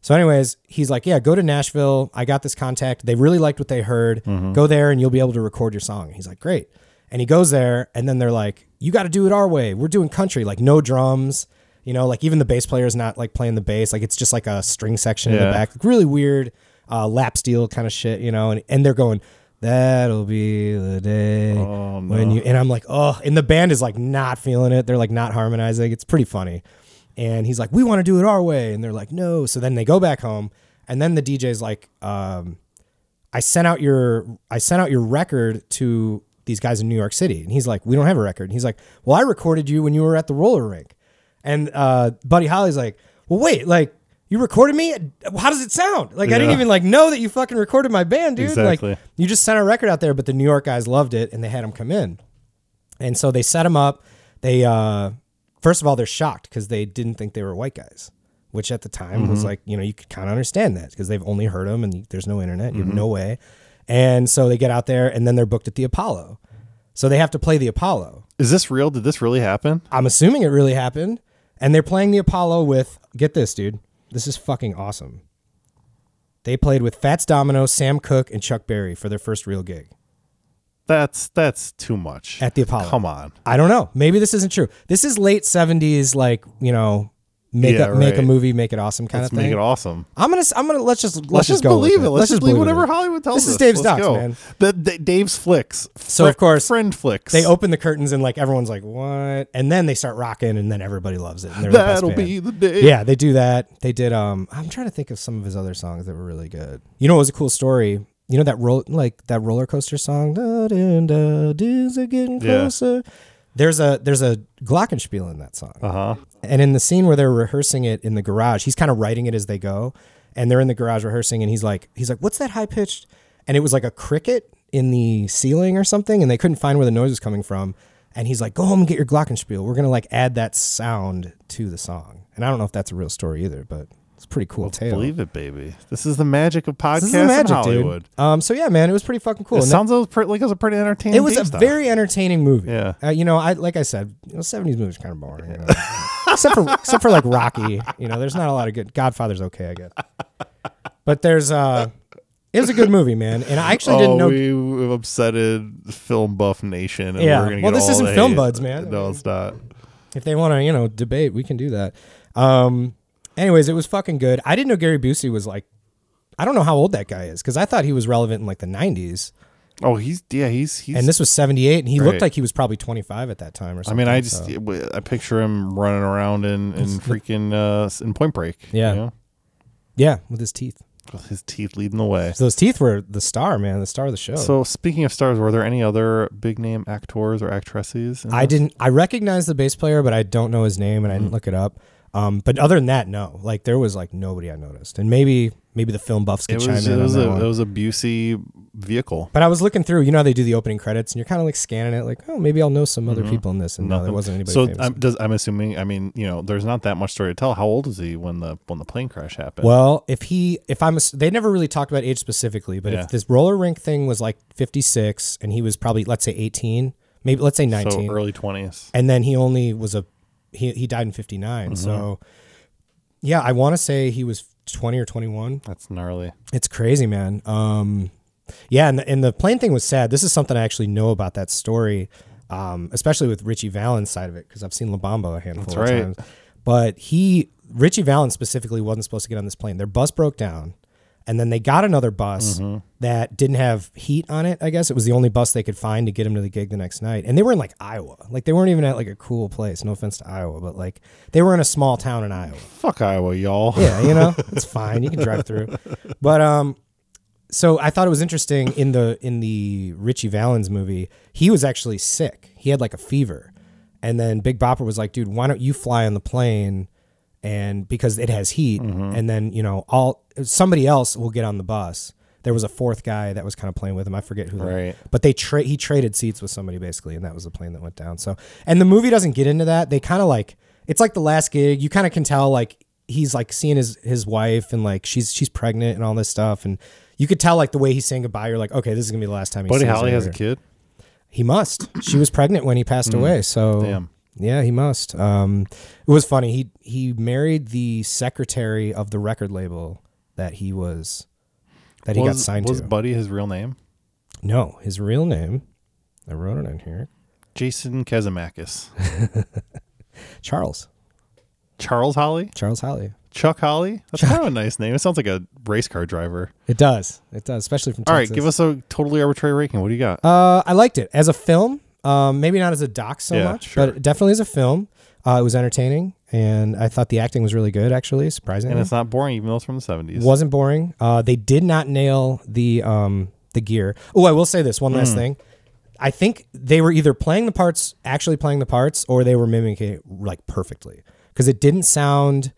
A: So, anyways, he's like, "Yeah, go to Nashville. I got this contact. They really liked what they heard. Go there, and you'll be able to record your song." He's like, "Great." And he goes there, and then they're like, "You got to do it our way. We're doing country, like no drums." You know, like even the bass player is not like playing the bass. Like it's just like a string section in the
B: Yeah.
A: back. Like really weird uh, lap steel kind of shit, you know. And, and they're going, that'll be the day when you. And I'm like, oh. And the band is like not feeling it. They're like not harmonizing. It's pretty funny. And he's like, we want to do it our way. And they're like, no. So then they go back home. And then the DJ's like, um, I sent out your I sent out your record to these guys in New York City, and he's like, "We don't have a record." And he's like, "Well, I recorded you when you were at the roller rink," and uh, Buddy Holly's like, "Well, wait, like you recorded me? How does it sound? Like I didn't
B: Yeah.
A: even like know that you fucking recorded my band, dude.
B: Exactly.
A: Like you just sent a record out there, but the New York guys loved it, and they had him come in, and so they set him up. They uh, first of all, they're shocked because they didn't think they were white guys. Which at the time was like, you know, you could kind of understand that because they've only heard them and you- there's no internet, you have no way. And so they get out there and then they're booked at the Apollo. So they have to play the Apollo.
B: Is this real? Did this really happen?
A: I'm assuming it really happened. And they're playing the Apollo with, get this, dude. This is fucking awesome. They played with Fats Domino, Sam Cooke, and Chuck Berry for their first real gig.
B: That's that's too much.
A: At the Apollo.
B: Come on.
A: I don't know. Maybe this isn't true. This is late 70s, like, you know, make,
B: Yeah,
A: a, make a
B: right.
A: movie, make it awesome kind
B: Let's
A: of thing.
B: make it awesome.
A: I'm gonna. I'm gonna. Let's just. Let's,
B: Let's, just
A: go with
B: believe it. Let's, just believe
A: believe it.
B: whatever Hollywood tells us.
A: This is Dave's
B: Let's
A: Docs,
B: go.
A: man.
B: The, the- Dave's flicks.
A: So, of course,
B: friend flicks.
A: They open the curtains and like everyone's like, "What?" And then they start rocking, and then everybody loves it. And they're
B: That'll
A: the best band.
B: be the day.
A: Yeah, they do that. They did. Um, I'm trying to think of some of his other songs that were really good. You know, it was a cool story. You know that roll like that roller coaster song. Da, da, da, days are getting
B: Yeah.
A: closer. There's a there's a glockenspiel in that song.
B: Uh huh.
A: And in the scene where they're rehearsing it in the garage, he's kind of writing it as they go, and they're in the garage rehearsing, and he's like, he's like, "What's that high pitched?" And it was like a cricket in the ceiling or something, and they couldn't find where the noise was coming from. And he's like, "Go home and get your glockenspiel. We're gonna like add that sound to the song." And I don't know if that's a real story either, but it's a pretty cool tale.
B: Believe it, baby. This is the magic of podcasts
A: this is the
B: in
A: magic,
B: Hollywood.
A: dude. Um, so yeah, man, it was pretty fucking cool.
B: It
A: And that-
B: sounds like it was a pretty entertaining.
A: it was a
B: Dave's Doc.
A: very entertaining movie.
B: Yeah.
A: Uh, you know, I like I said, you know, seventies movies are kind of boring. you know. except for except for like Rocky. You know, there's not a lot of good. Godfather's okay, I guess. But there's uh, it was a good movie, man. And I actually
B: Oh,
A: didn't know.
B: we we upsetted film buff nation. And
A: Yeah.
B: We're gonna
A: Well,
B: get
A: this
B: all
A: isn't
B: the
A: Film
B: hate.
A: Buds, man.
B: No, it's not.
A: if they want to, you know, debate, we can do that. Um, anyways, it was fucking good. I didn't know Gary Busey was like, I don't know how old that guy is because I thought he was relevant in like the '90s,
B: Oh, he's yeah, he's he's.
A: and this was '78, and he
B: Right.
A: looked like he was probably 25 at that time or
B: I
A: something.
B: mean, I
A: so-
B: just I picture him running around in in freaking uh in Point Break.
A: Yeah.
B: you know?
A: yeah, with his teeth.
B: With his teeth leading the way.
A: Those teeth were the star, man, the star of the show.
B: So speaking of stars, were there any other big name actors or actresses? in
A: I
B: this?
A: didn't. I recognize the bass player, but I don't know his name, and
B: Mm.
A: I didn't look it up. Um, but other than that, no. Like there was like nobody I noticed, and maybe maybe the film buffs could
B: It
A: chime
B: was
A: in.
B: it
A: on
B: was
A: that
B: a
A: one.
B: it was a Busey vehicle.
A: but I was looking through. You know how they do the opening credits, and you're kind of like scanning it, like, oh, maybe I'll know some other people in this. And no, there
B: Mm-hmm. Nothing.
A: wasn't anybody.
B: So
A: famous.
B: I'm, does, I'm assuming. I mean, you know, there's not that much story to tell. How old is he when the when the plane crash happened?
A: well, if he, if I'm, ass- they never really talked about age specifically, but
B: Yeah.
A: if this roller rink thing was like 56, and he was probably let's say 18, maybe let's say 19,
B: so early twenties.
A: and then he only was a he he died in 59 so yeah i want to say he was 20 or 21
B: That's gnarly.
A: it's crazy man um yeah and the, and the plane thing was sad this is something i actually know about that story um especially with richie valens side of it because i've seen la bamba a handful of
B: That's right.
A: times but he richie valens specifically wasn't supposed to get on this plane their bus broke down and then they got another bus
B: Mm-hmm.
A: that didn't have heat on it i guess it was the only bus they could find to get him to the gig the next night and they were in like iowa like they weren't even at like a cool place no offense to iowa but like they were in a small town in iowa
B: Fuck Iowa, y'all.
A: yeah, you know, it's fine. You can drive through. But um so I thought it was interesting in the in the Richie Valens movie, he was actually sick. He had like a fever. And then Big Bopper was like, dude, why don't you fly on the plane and because it has heat and then, you know, all somebody else will get on the bus. there was a fourth guy that was kind of playing with him. I forget who. the-
B: Right.
A: But they tra- he traded seats with somebody basically, and that was the plane that went down. So, and the movie doesn't get into that. They kind of like it's like the last gig. You kind of can tell like he's like seeing his his wife and like she's she's pregnant and all this stuff, and you could tell like the way he's saying goodbye. You're like, okay, this is gonna be the last time. He
B: Buddy
A: sees
B: Holly
A: her.
B: has a kid.
A: He must. She was pregnant when he passed away. So
B: Mm. Damn.
A: yeah, he must. Um, it was funny. He he married the secretary of the record label that he was that he
B: was,
A: got signed
B: was
A: to.
B: Buddy his real name?
A: no, his real name. I wrote it in here.
B: Jason Kazimakis.
A: Charles.
B: Charles Holly?
A: Charles Holly.
B: Chuck Holly? That's kind of a nice name. It sounds like a race car driver.
A: It does. It does, especially from
B: All
A: Texas.
B: right, give us a totally arbitrary ranking. What do you got?
A: Uh, I liked it as a film. Um, maybe not as a doc so
B: Yeah,
A: much,
B: sure.
A: but definitely as a film. Uh, it was entertaining, and I thought the acting was really good. Actually, surprisingly,
B: and it's not boring, even though it's from the 70s.
A: Wasn't boring. Uh, they did not nail the um, the gear. Oh, I will say this one
B: Mm.
A: last thing. I think they were either playing the parts, actually playing the parts, or they were mimicking it like perfectly because it didn't sound.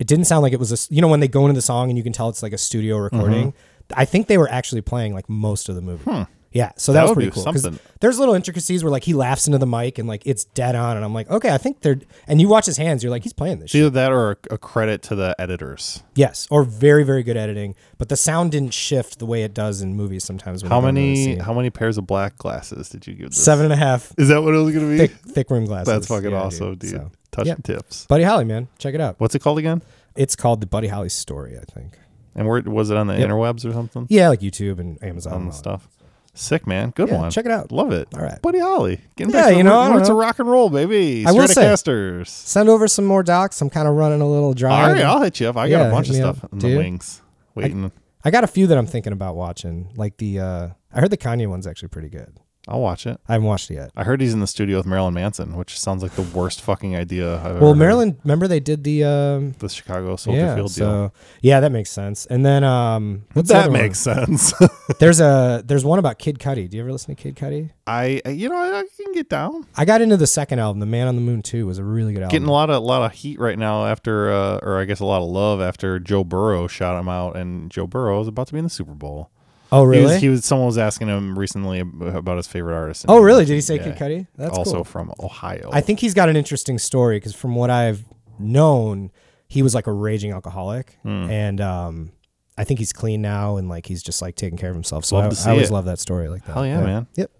A: It didn't sound like it was a s- you know when they go into the song and you can tell it's like a studio
B: Mm-hmm.
A: recording. I think they were actually playing like most of the movie. Yeah, so that,
B: That
A: was
B: would
A: pretty
B: be
A: cool. 'cause
B: something.
A: There's little intricacies where like he laughs into the mic and like it's dead on, and I'm like, okay, I think they're. And you watch his hands, you're like, he's playing this. shit.
B: Either that or a, a credit to the editors.
A: Yes, or very very good editing, but the sound didn't shift the way it does in movies sometimes. When
B: How
A: you don't really
B: many
A: see it.
B: how many pairs of black glasses did you give this?
A: Seven and a half
B: Is that what it was going to be?
A: thick, thick rim glasses.
B: That's fucking
A: Yeah,
B: awesome, dude.
A: So,
B: Touch
A: yeah.
B: and tips.
A: Buddy Holly, man, check it out.
B: What's it called again?
A: It's called the Buddy Holly Story, I think.
B: And where was it on the interwebs or something?
A: Yeah, like YouTube and Amazon
B: On
A: and
B: the
A: all that.
B: stuff. Sick man, good
A: Yeah,
B: one.
A: check it out.
B: Love it.
A: All right.
B: Buddy Holly. Getting
A: Yeah,
B: back to
A: you
B: the
A: know, I
B: root-
A: don't
B: roots of
A: know.
B: rock and roll, baby.
A: I will say-
B: Stratocasters.
A: Send over some more docs. I'm kind of running a little dry.
B: All right, I'll hit you up. I got
A: Yeah,
B: a bunch of
A: hit me up,
B: stuff in the
A: dude.
B: wings waiting.
A: I got a few that I'm thinking about watching. Like the, uh, I heard the Kanye one's actually pretty good.
B: I'll watch it.
A: I haven't watched it yet.
B: I heard he's in the studio with Marilyn Manson, which sounds like the worst fucking idea I've ever
A: Well,
B: heard.
A: Maryland, remember they did the, um,
B: the Chicago Soldier
A: yeah,
B: Field deal.
A: so yeah, that makes sense. And then, um, what's the
B: that
A: other one?
B: makes sense.
A: There's a there's one about Kid Cudi. Do you ever listen to Kid Cudi?
B: I, I- you know, I, I can get down.
A: I got into the second album, The Man on the Moon 2 was a really good album.
B: Getting a lot of lot of heat right now after, uh, or I guess a lot of love after Joe Burrow shot him out, and Joe Burrow is about to be in the Super Bowl.
A: oh
B: He was-
A: really?
B: He was, someone was asking him recently ab- about his favorite artist. and
A: oh
B: he
A: really?
B: mentioned-
A: Did he say Kid
B: yeah.
A: Cudi? That's
B: also
A: cool.
B: from Ohio.
A: I think he's got an interesting story because from what I've known, he was like a raging alcoholic,
B: Hmm.
A: and um, I think he's clean now and like he's just like taking care of himself. So
B: Love
A: I,
B: to see
A: I always
B: it.
A: love that story like that.
B: Hell yeah, man.
A: Yep.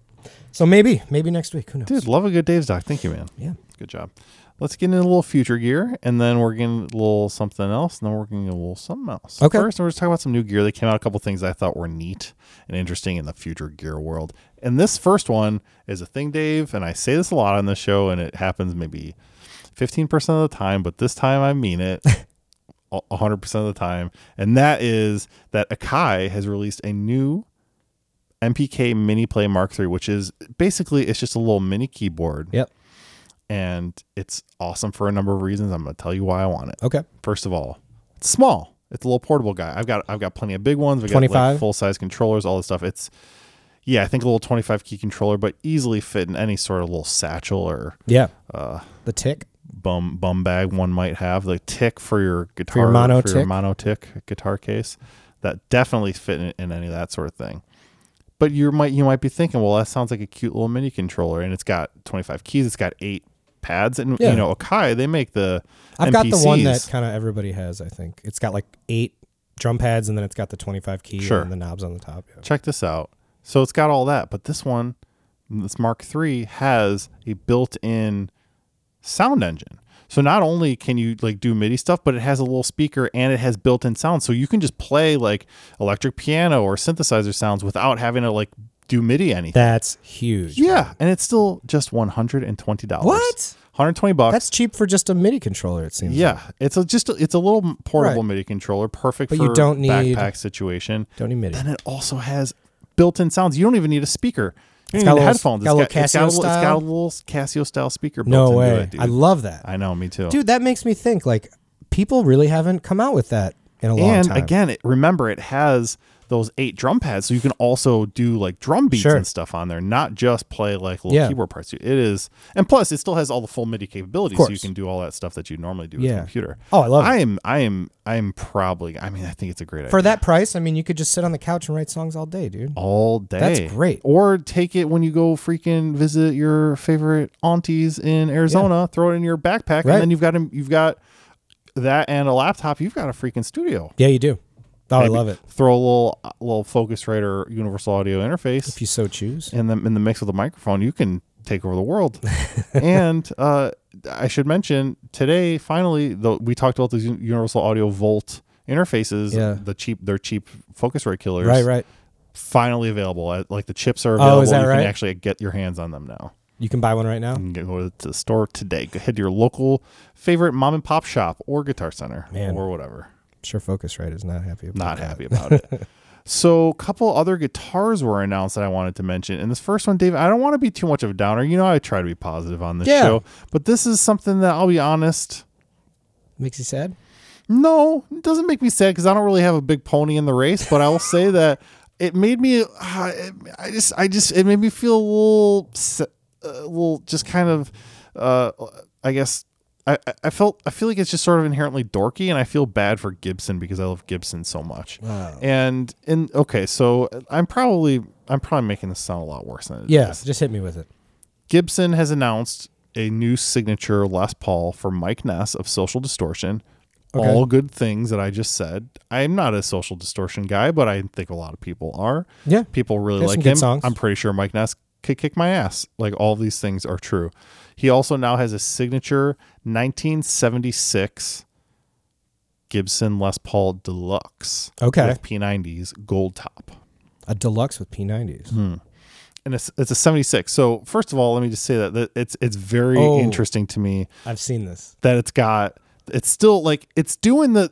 A: So maybe maybe next week. Who knows?
B: Dude, love a good Dave's doc. Thank you, man.
A: Yeah.
B: Good job. Let's get into a little future gear, and then we're getting a little something else, and then we're getting a little something else.
A: Okay.
B: First, we're just talking about some new gear. They came out a couple things I thought were neat and interesting in the future gear world. And this first one is a thing, Dave, and I say this a lot on this show, and it happens maybe 15% of the time, but this time I mean it. a 100% of the time. And that is that Akai has released a new MPK Mini Play Mark III, which is basically it's just a little mini keyboard
A: Yep.
B: and it's awesome for a number of reasons. I'm going to tell you why I want it.
A: Okay.
B: First of all, it's small. It's a little portable guy. I've got I've got plenty of big ones. We got
A: 25?
B: like full size controllers, all this stuff. It's yeah, I think a little 25 key controller, but easily fit in any sort of little satchel or
A: Yeah.
B: Uh,
A: the tick.
B: bum bum bag one might have. The tick for your guitar,
A: your mono
B: for your
A: tick?
B: mono tick guitar case, that definitely fit in, in any of that sort of thing. But you might you might be thinking, well, that sounds like a cute little mini controller, and it's got 25 keys, it's got eight pads, and
A: Yeah.
B: you know, Akai they make the
A: I've got the one
B: NPCs.
A: that kind of everybody has. I think it's got like eight drum pads, and then it's got the twenty-five key
B: Sure.
A: and the knobs on the top. Yeah.
B: check this out. So it's got all that, but this one, this Mark III, has a built-in sound engine. So not only can you like do MIDI stuff, but it has a little speaker and it has built-in sound. So you can just play like electric piano or synthesizer sounds without having to like do MIDI anything.
A: That's huge.
B: yeah, and it's still just one hundred and twenty dollars.
A: What?
B: One hundred twenty bucks.
A: That's cheap for just a MIDI controller. It seems.
B: yeah, it's a, just a, it's a little portable
A: Right.
B: MIDI controller, perfect
A: But
B: for
A: you don't need-
B: backpack situation.
A: Don't need MIDI.
B: And it also has built-in sounds. You don't even need a speaker. You
A: It's got
B: don't need
A: a little-
B: headphones.
A: got a
B: it's,
A: little
B: got, it's got
A: Casio
B: a little, it's got
A: style?
B: a little Casio style speaker built
A: No
B: into
A: way.
B: it, dude.
A: I love that,
B: I know, me too.
A: dude. That makes me think. Like people really haven't come out with that in a long
B: and
A: time.
B: again, it, remember it has those eight drum pads, so you can also do like drum beats
A: Sure.
B: and stuff on there, not just play like little
A: Yeah.
B: keyboard parts. It is, and plus, it still has all the full MIDI capabilities, so you
A: course.
B: can do all that stuff that you normally do with
A: Yeah.
B: a computer.
A: Oh, I love it.
B: I am, I am, I am probably. I mean, I think it's a great idea
A: For that price, I mean, you could just sit on the couch and write songs all day, dude.
B: all day.
A: That's great.
B: Or take it when you go freaking visit your favorite aunties in Arizona. Throw it in your backpack,
A: Right.
B: and then you've got 'em- you've got that and a laptop. You've got a freaking studio.
A: Yeah, you do. Oh, I
B: Maybe
A: love it.
B: Throw a little little Focusrite or Universal Audio interface,
A: If you so choose.
B: and then in the mix with a microphone, you can take over the world. and uh, I should mention today, finally, though we talked about these Universal Audio Volt interfaces.
A: Yeah.
B: The cheap, they're cheap Focusrite killers
A: Right, right.
B: finally available. Uh, Like the chips are available.
A: Oh, is that
B: you
A: right?
B: can actually get your hands on them now.
A: You can buy one right now.
B: You can go to the store today. Go head to your local favorite mom and pop shop or guitar center
A: Man.
B: or whatever.
A: sure Focusrite is not happy about
B: Not
A: that.
B: happy about it. So, a couple other guitars were announced that I wanted to mention. And this first one, Dave, I don't want to be too much of a downer. You know, I try to be positive on this
A: Yeah.
B: show, but this is something that I'll be honest.
A: Makes you sad?
B: No, it doesn't make me sad because I don't really have a big pony in the race, but I will say that it made me. Uh, I just, I just, it made me feel a little, s- uh, a little, just kind of, uh, I guess. I, I- I felt I feel like it's just sort of inherently dorky, and I feel bad for Gibson because I love Gibson so much.
A: Wow.
B: And and okay, so I'm probably I'm probably making this sound a lot worse than it is.
A: Yeah, just hit me with it.
B: Gibson has announced a new signature Les Paul for Mike Ness of Social Distortion.
A: Okay.
B: All good things that I just said. I'm not a Social Distortion guy, but I think a lot of people are.
A: Yeah.
B: People really
A: There's some
B: like
A: good
B: him.
A: songs.
B: I'm pretty sure Mike Ness could kick my ass. Like all these things are true. He also now has a signature 1976 Gibson Les Paul Deluxe.
A: Okay.
B: With P90s gold top
A: A deluxe with P90s.
B: Hmm. and it's, it's a 76. So first of all, let me just say that, that it's it's very
A: Oh.
B: interesting to me
A: I've seen this.
B: that it's got it's still like it's doing the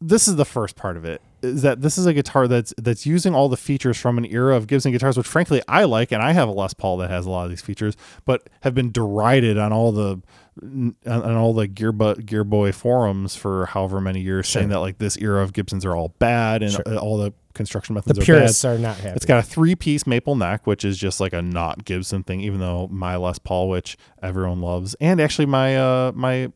B: this is the first part of it is that this is a guitar that's that's using all the features from an era of Gibson guitars which frankly I like and I have a Les Paul that has a lot of these features but have been derided on all the on on all the gear but gear boy forums for however many years saying that like this era of Gibsons are all bad and uh all the construction methods
A: The
B: are bad.
A: purists are not happy.
B: It's got a three piece maple neck, which is just like a not Gibson thing, even though my Les Paul, which everyone loves, and actually my uh my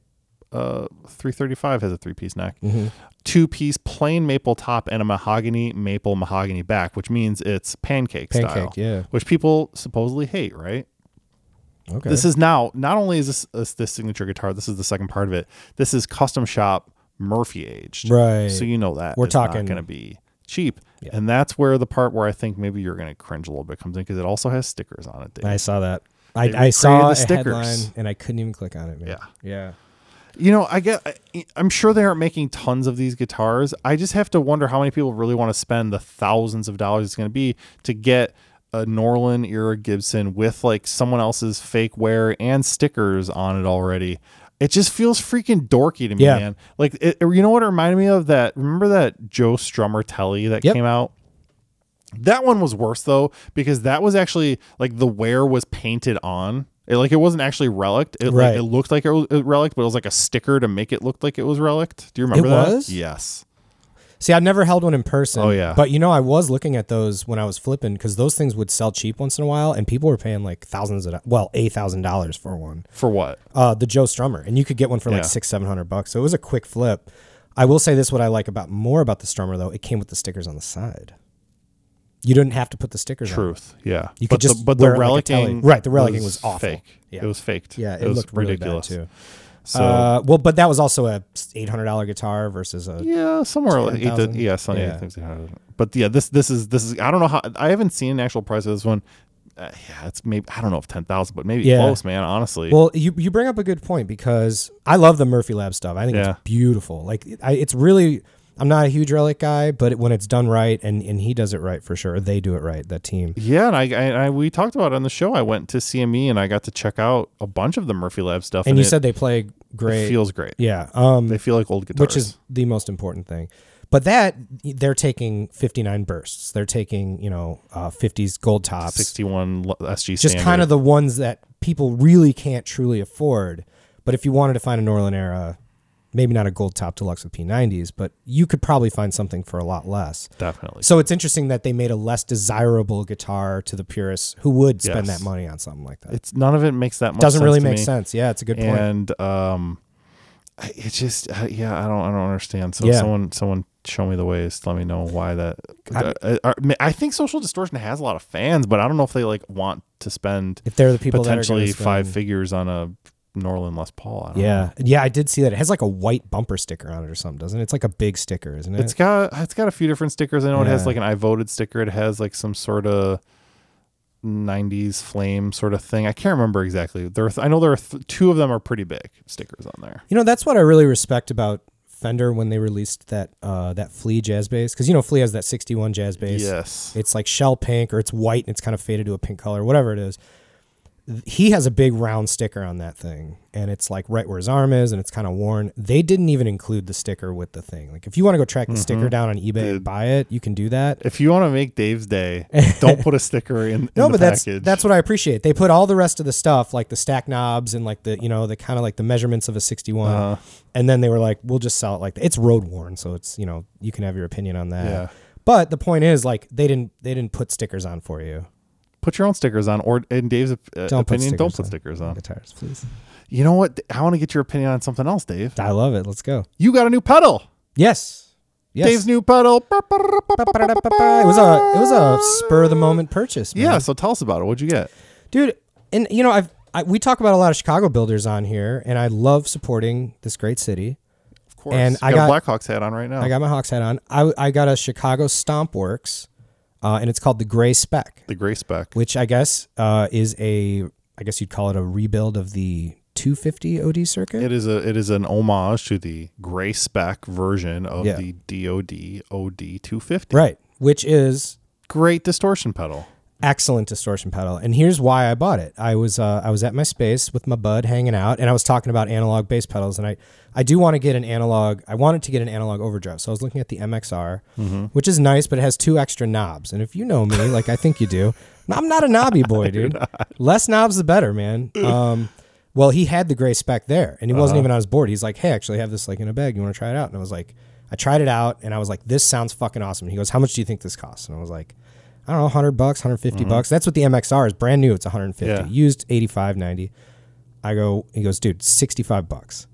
B: uh 335 has a three piece neck.
A: Mm-hmm.
B: Two piece plain maple top and a mahogany maple mahogany back, which means it's pancake, style.
A: Pancake, yeah.
B: Which people supposedly hate, right?
A: okay.
B: This is now not only is this, this this signature guitar, this is the second part of it. This is custom shop Murphy aged.
A: Right.
B: So you know that
A: We're
B: it's not
A: talking-
B: gonna be cheap. And that's where the part where I think maybe you're gonna cringe a little bit comes in because it also has stickers on it. Dave.
A: I saw that.
B: They
A: I, I saw a
B: recreated the
A: headline
B: stickers.
A: and I couldn't even click on it, man.
B: Yeah.
A: Yeah.
B: You know, I get I, I'm sure they aren't making tons of these guitars. I just have to wonder how many people really want to spend the thousands of dollars it's gonna be to get a Norlin era Gibson with like someone else's fake wear and stickers on it already. It just feels freaking dorky to me,
A: Yeah.
B: man. Like, it, you know what it reminded me of? That remember that Joe Strummer Telly that
A: Yep.
B: came out? That one was worse though because that was actually like the wear was painted on. It, like it wasn't actually relict. It, like,
A: Right.
B: it looked like it was it relict, but it was like a sticker to make it look like it was relict. Do you remember
A: It
B: that?
A: was?
B: Yes.
A: See, I've never held one in person.
B: Oh, yeah.
A: But you know, I was looking at those when I was flipping because those things would sell cheap once in a while, and people were paying like thousands of do- well, eight thousand dollars for one.
B: For what?
A: Uh, the Joe Strummer, and you could get one for
B: Yeah.
A: like six, seven hundred bucks. So it was a quick flip. I will say this: what I like about more about the Strummer though, it came with the stickers on the side. You didn't have to put the stickers. on.
B: Truth. Yeah.
A: You
B: but
A: could just
B: the, but the
A: wear it like a
B: relicting
A: telly. Right, the relicting was awful.
B: fake.
A: Yeah.
B: It was faked.
A: Yeah, it,
B: was
A: looked
B: ridiculous.
A: really bad too.
B: So
A: Uh, well, but that was also a eight hundred dollar guitar versus a
B: yeah, somewhere like eight to,
A: 10,000?
B: yeah, something
A: Yeah.
B: eight things. But yeah, this this is this is I don't know how I haven't seen an actual price of this one. Uh, yeah, it's maybe I don't know if ten thousand, but maybe
A: Yeah.
B: close, man. Honestly,
A: Well, you you bring up a good point because I love the Murphy Lab stuff. I think
B: Yeah.
A: it's beautiful. Like I, it's really I'm not a huge relic guy, but when it's done right and and he does it right for sure, or they do it right. That team.
B: Yeah, and I, I, I we talked about it on the show. I went to CME and I got to check out a bunch of the Murphy Lab stuff.
A: And you
B: it-
A: said they play
B: it
A: great.
B: feels great.
A: yeah. Um
B: They feel like old guitars,
A: which is the most important thing. But that they're taking 59 bursts. They're taking, you know, uh, 50s gold tops.
B: sixty-one lo- SG.
A: just kind of the ones that people really can't truly afford. But if you wanted to find a Norlin era maybe not a gold top deluxe with P90s, but you could probably find something for a lot less.
B: Definitely.
A: So it's interesting that they made a less desirable guitar to the purists who would spend
B: Yes.
A: that money on something like that. It
B: It's none of it makes that much.
A: doesn't
B: sense
A: really
B: to
A: make
B: me.
A: sense. Yeah, it's a good point.
B: And um, I- it just I- yeah, I don't I don't understand. So
A: Yeah.
B: someone someone show me the ways. Let me know why that.
A: I-
B: I, I, I think Social Distortion has a lot of fans, but I don't know if they like want to spend
A: If they're the people that are gonna
B: potentially five
A: spend-
B: figures on a Norland Les Paul. I don't know.
A: Yeah, yeah, I did see that. It has like a white bumper sticker on it or something, doesn't it? It's like a big sticker, isn't it?
B: It's got it's got a few different stickers. I know it has
A: Yeah.
B: like an I voted sticker. It has like some sort of 90s flame sort of thing. I can't remember exactly. There are th- I know there are th- two of them are pretty big stickers on there.
A: You know, that's what I really respect about Fender when they released that uh, that Flea jazz bass because you know Flea has that '61 jazz bass.
B: Yes.
A: It's like shell pink or it's white and it's kind of faded to a pink color, whatever it is. Th- He has a big round sticker on that thing and it's like right where his arm is and it's kind of worn. They didn't even include the sticker with the thing. Like if you want to go track the sticker down on eBay and buy it, you can do that.
B: if you want to make Dave's day, don't put a sticker in, in
A: No,
B: the
A: but that's
B: package.
A: that's what I appreciate. They put all the rest of the stuff, like the stack knobs and like the you know the kind of like the measurements of a sixty-one,
B: Uh-huh.
A: and then they were like, "We'll just sell it like that." It's road worn, so it's you know you can have your opinion on that.
B: Yeah.
A: But the point is, like they didn't they didn't put stickers on for you.
B: put your own stickers on, or in Dave's op- uh,
A: Don't put
B: opinion, don't
A: stickers
B: put
A: on.
B: stickers on.
A: Guitars, please.
B: You know what? I want to get your opinion on something else, Dave.
A: I love it. Let's go.
B: You got a new pedal.
A: Yes. Yes.
B: Dave's new pedal.
A: It was a it was a spur of the moment purchase. man.
B: Yeah. So tell us about it. What'd you get?
A: dude and you know i've I, we talk about a lot of chicago builders on here and i love supporting this great city
B: Of course.
A: And
B: you
A: I
B: got,
A: got-
B: a Blackhawks hat on right now.
A: i got my hawks hat on i, I got a chicago stomp works uh, and it's called the gray spec
B: the gray spec.
A: which i guess uh, is a i guess you'd call it a rebuild of the 250 od circuit
B: It is a it is an homage to the gray spec version of
A: Yeah.
B: the DoD OD 250.
A: right which is
B: Great distortion pedal.
A: excellent distortion pedal and here's why i bought it i was uh, i was at my space with my bud hanging out and i was talking about analog bass pedals and i i do want to get an analog i wanted to get an analog overdrive so i was looking at the mxr which is nice but it has two extra knobs and if you know me like i think you do i'm not a knobby boy dude less knobs the better man um well he had the gray spec there and he wasn't even on his board he's like hey I actually have this like in a bag you want to try it out and i was like i tried it out and i was like this sounds fucking awesome and he goes how much do you think this costs and i was like I don't know, 100 bucks, 150 bucks. That's what the MXR is. Brand new, it's 150.
B: Mm-hmm. Yeah.
A: Used 85, 90. I go, he goes, dude, 65 bucks.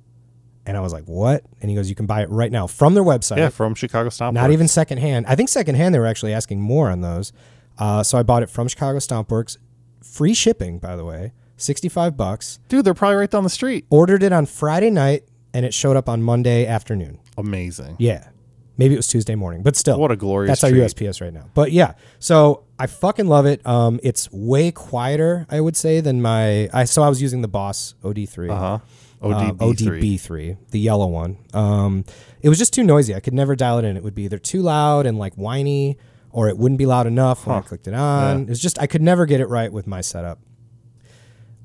A: And I was like, what? And he goes, you can buy it right now from their website.
B: Yeah, from Chicago Stomp.
A: Not even secondhand. I think secondhand, they were actually asking more on those. Uh, so I bought it from Chicago Stompworks. Free shipping, by the way, 65 bucks.
B: Dude, they're probably right down the street.
A: Ordered it on Friday night and it showed up on Monday afternoon.
B: Amazing.
A: Yeah. Maybe it was Tuesday morning, but still.
B: What a glorious
A: That's
B: treat.
A: our USPS right now. But yeah, so I fucking love it. Um, it's way quieter, I would say, than my. I so I was using the Boss OD3,
B: Uh huh.
A: uh,
B: ODB3.
A: ODB3, the yellow one. Um, it was just too noisy. I could never dial it in. It would be either too loud and like whiny, or it wouldn't be loud enough when I clicked it on. It was just I could never get it right with my setup.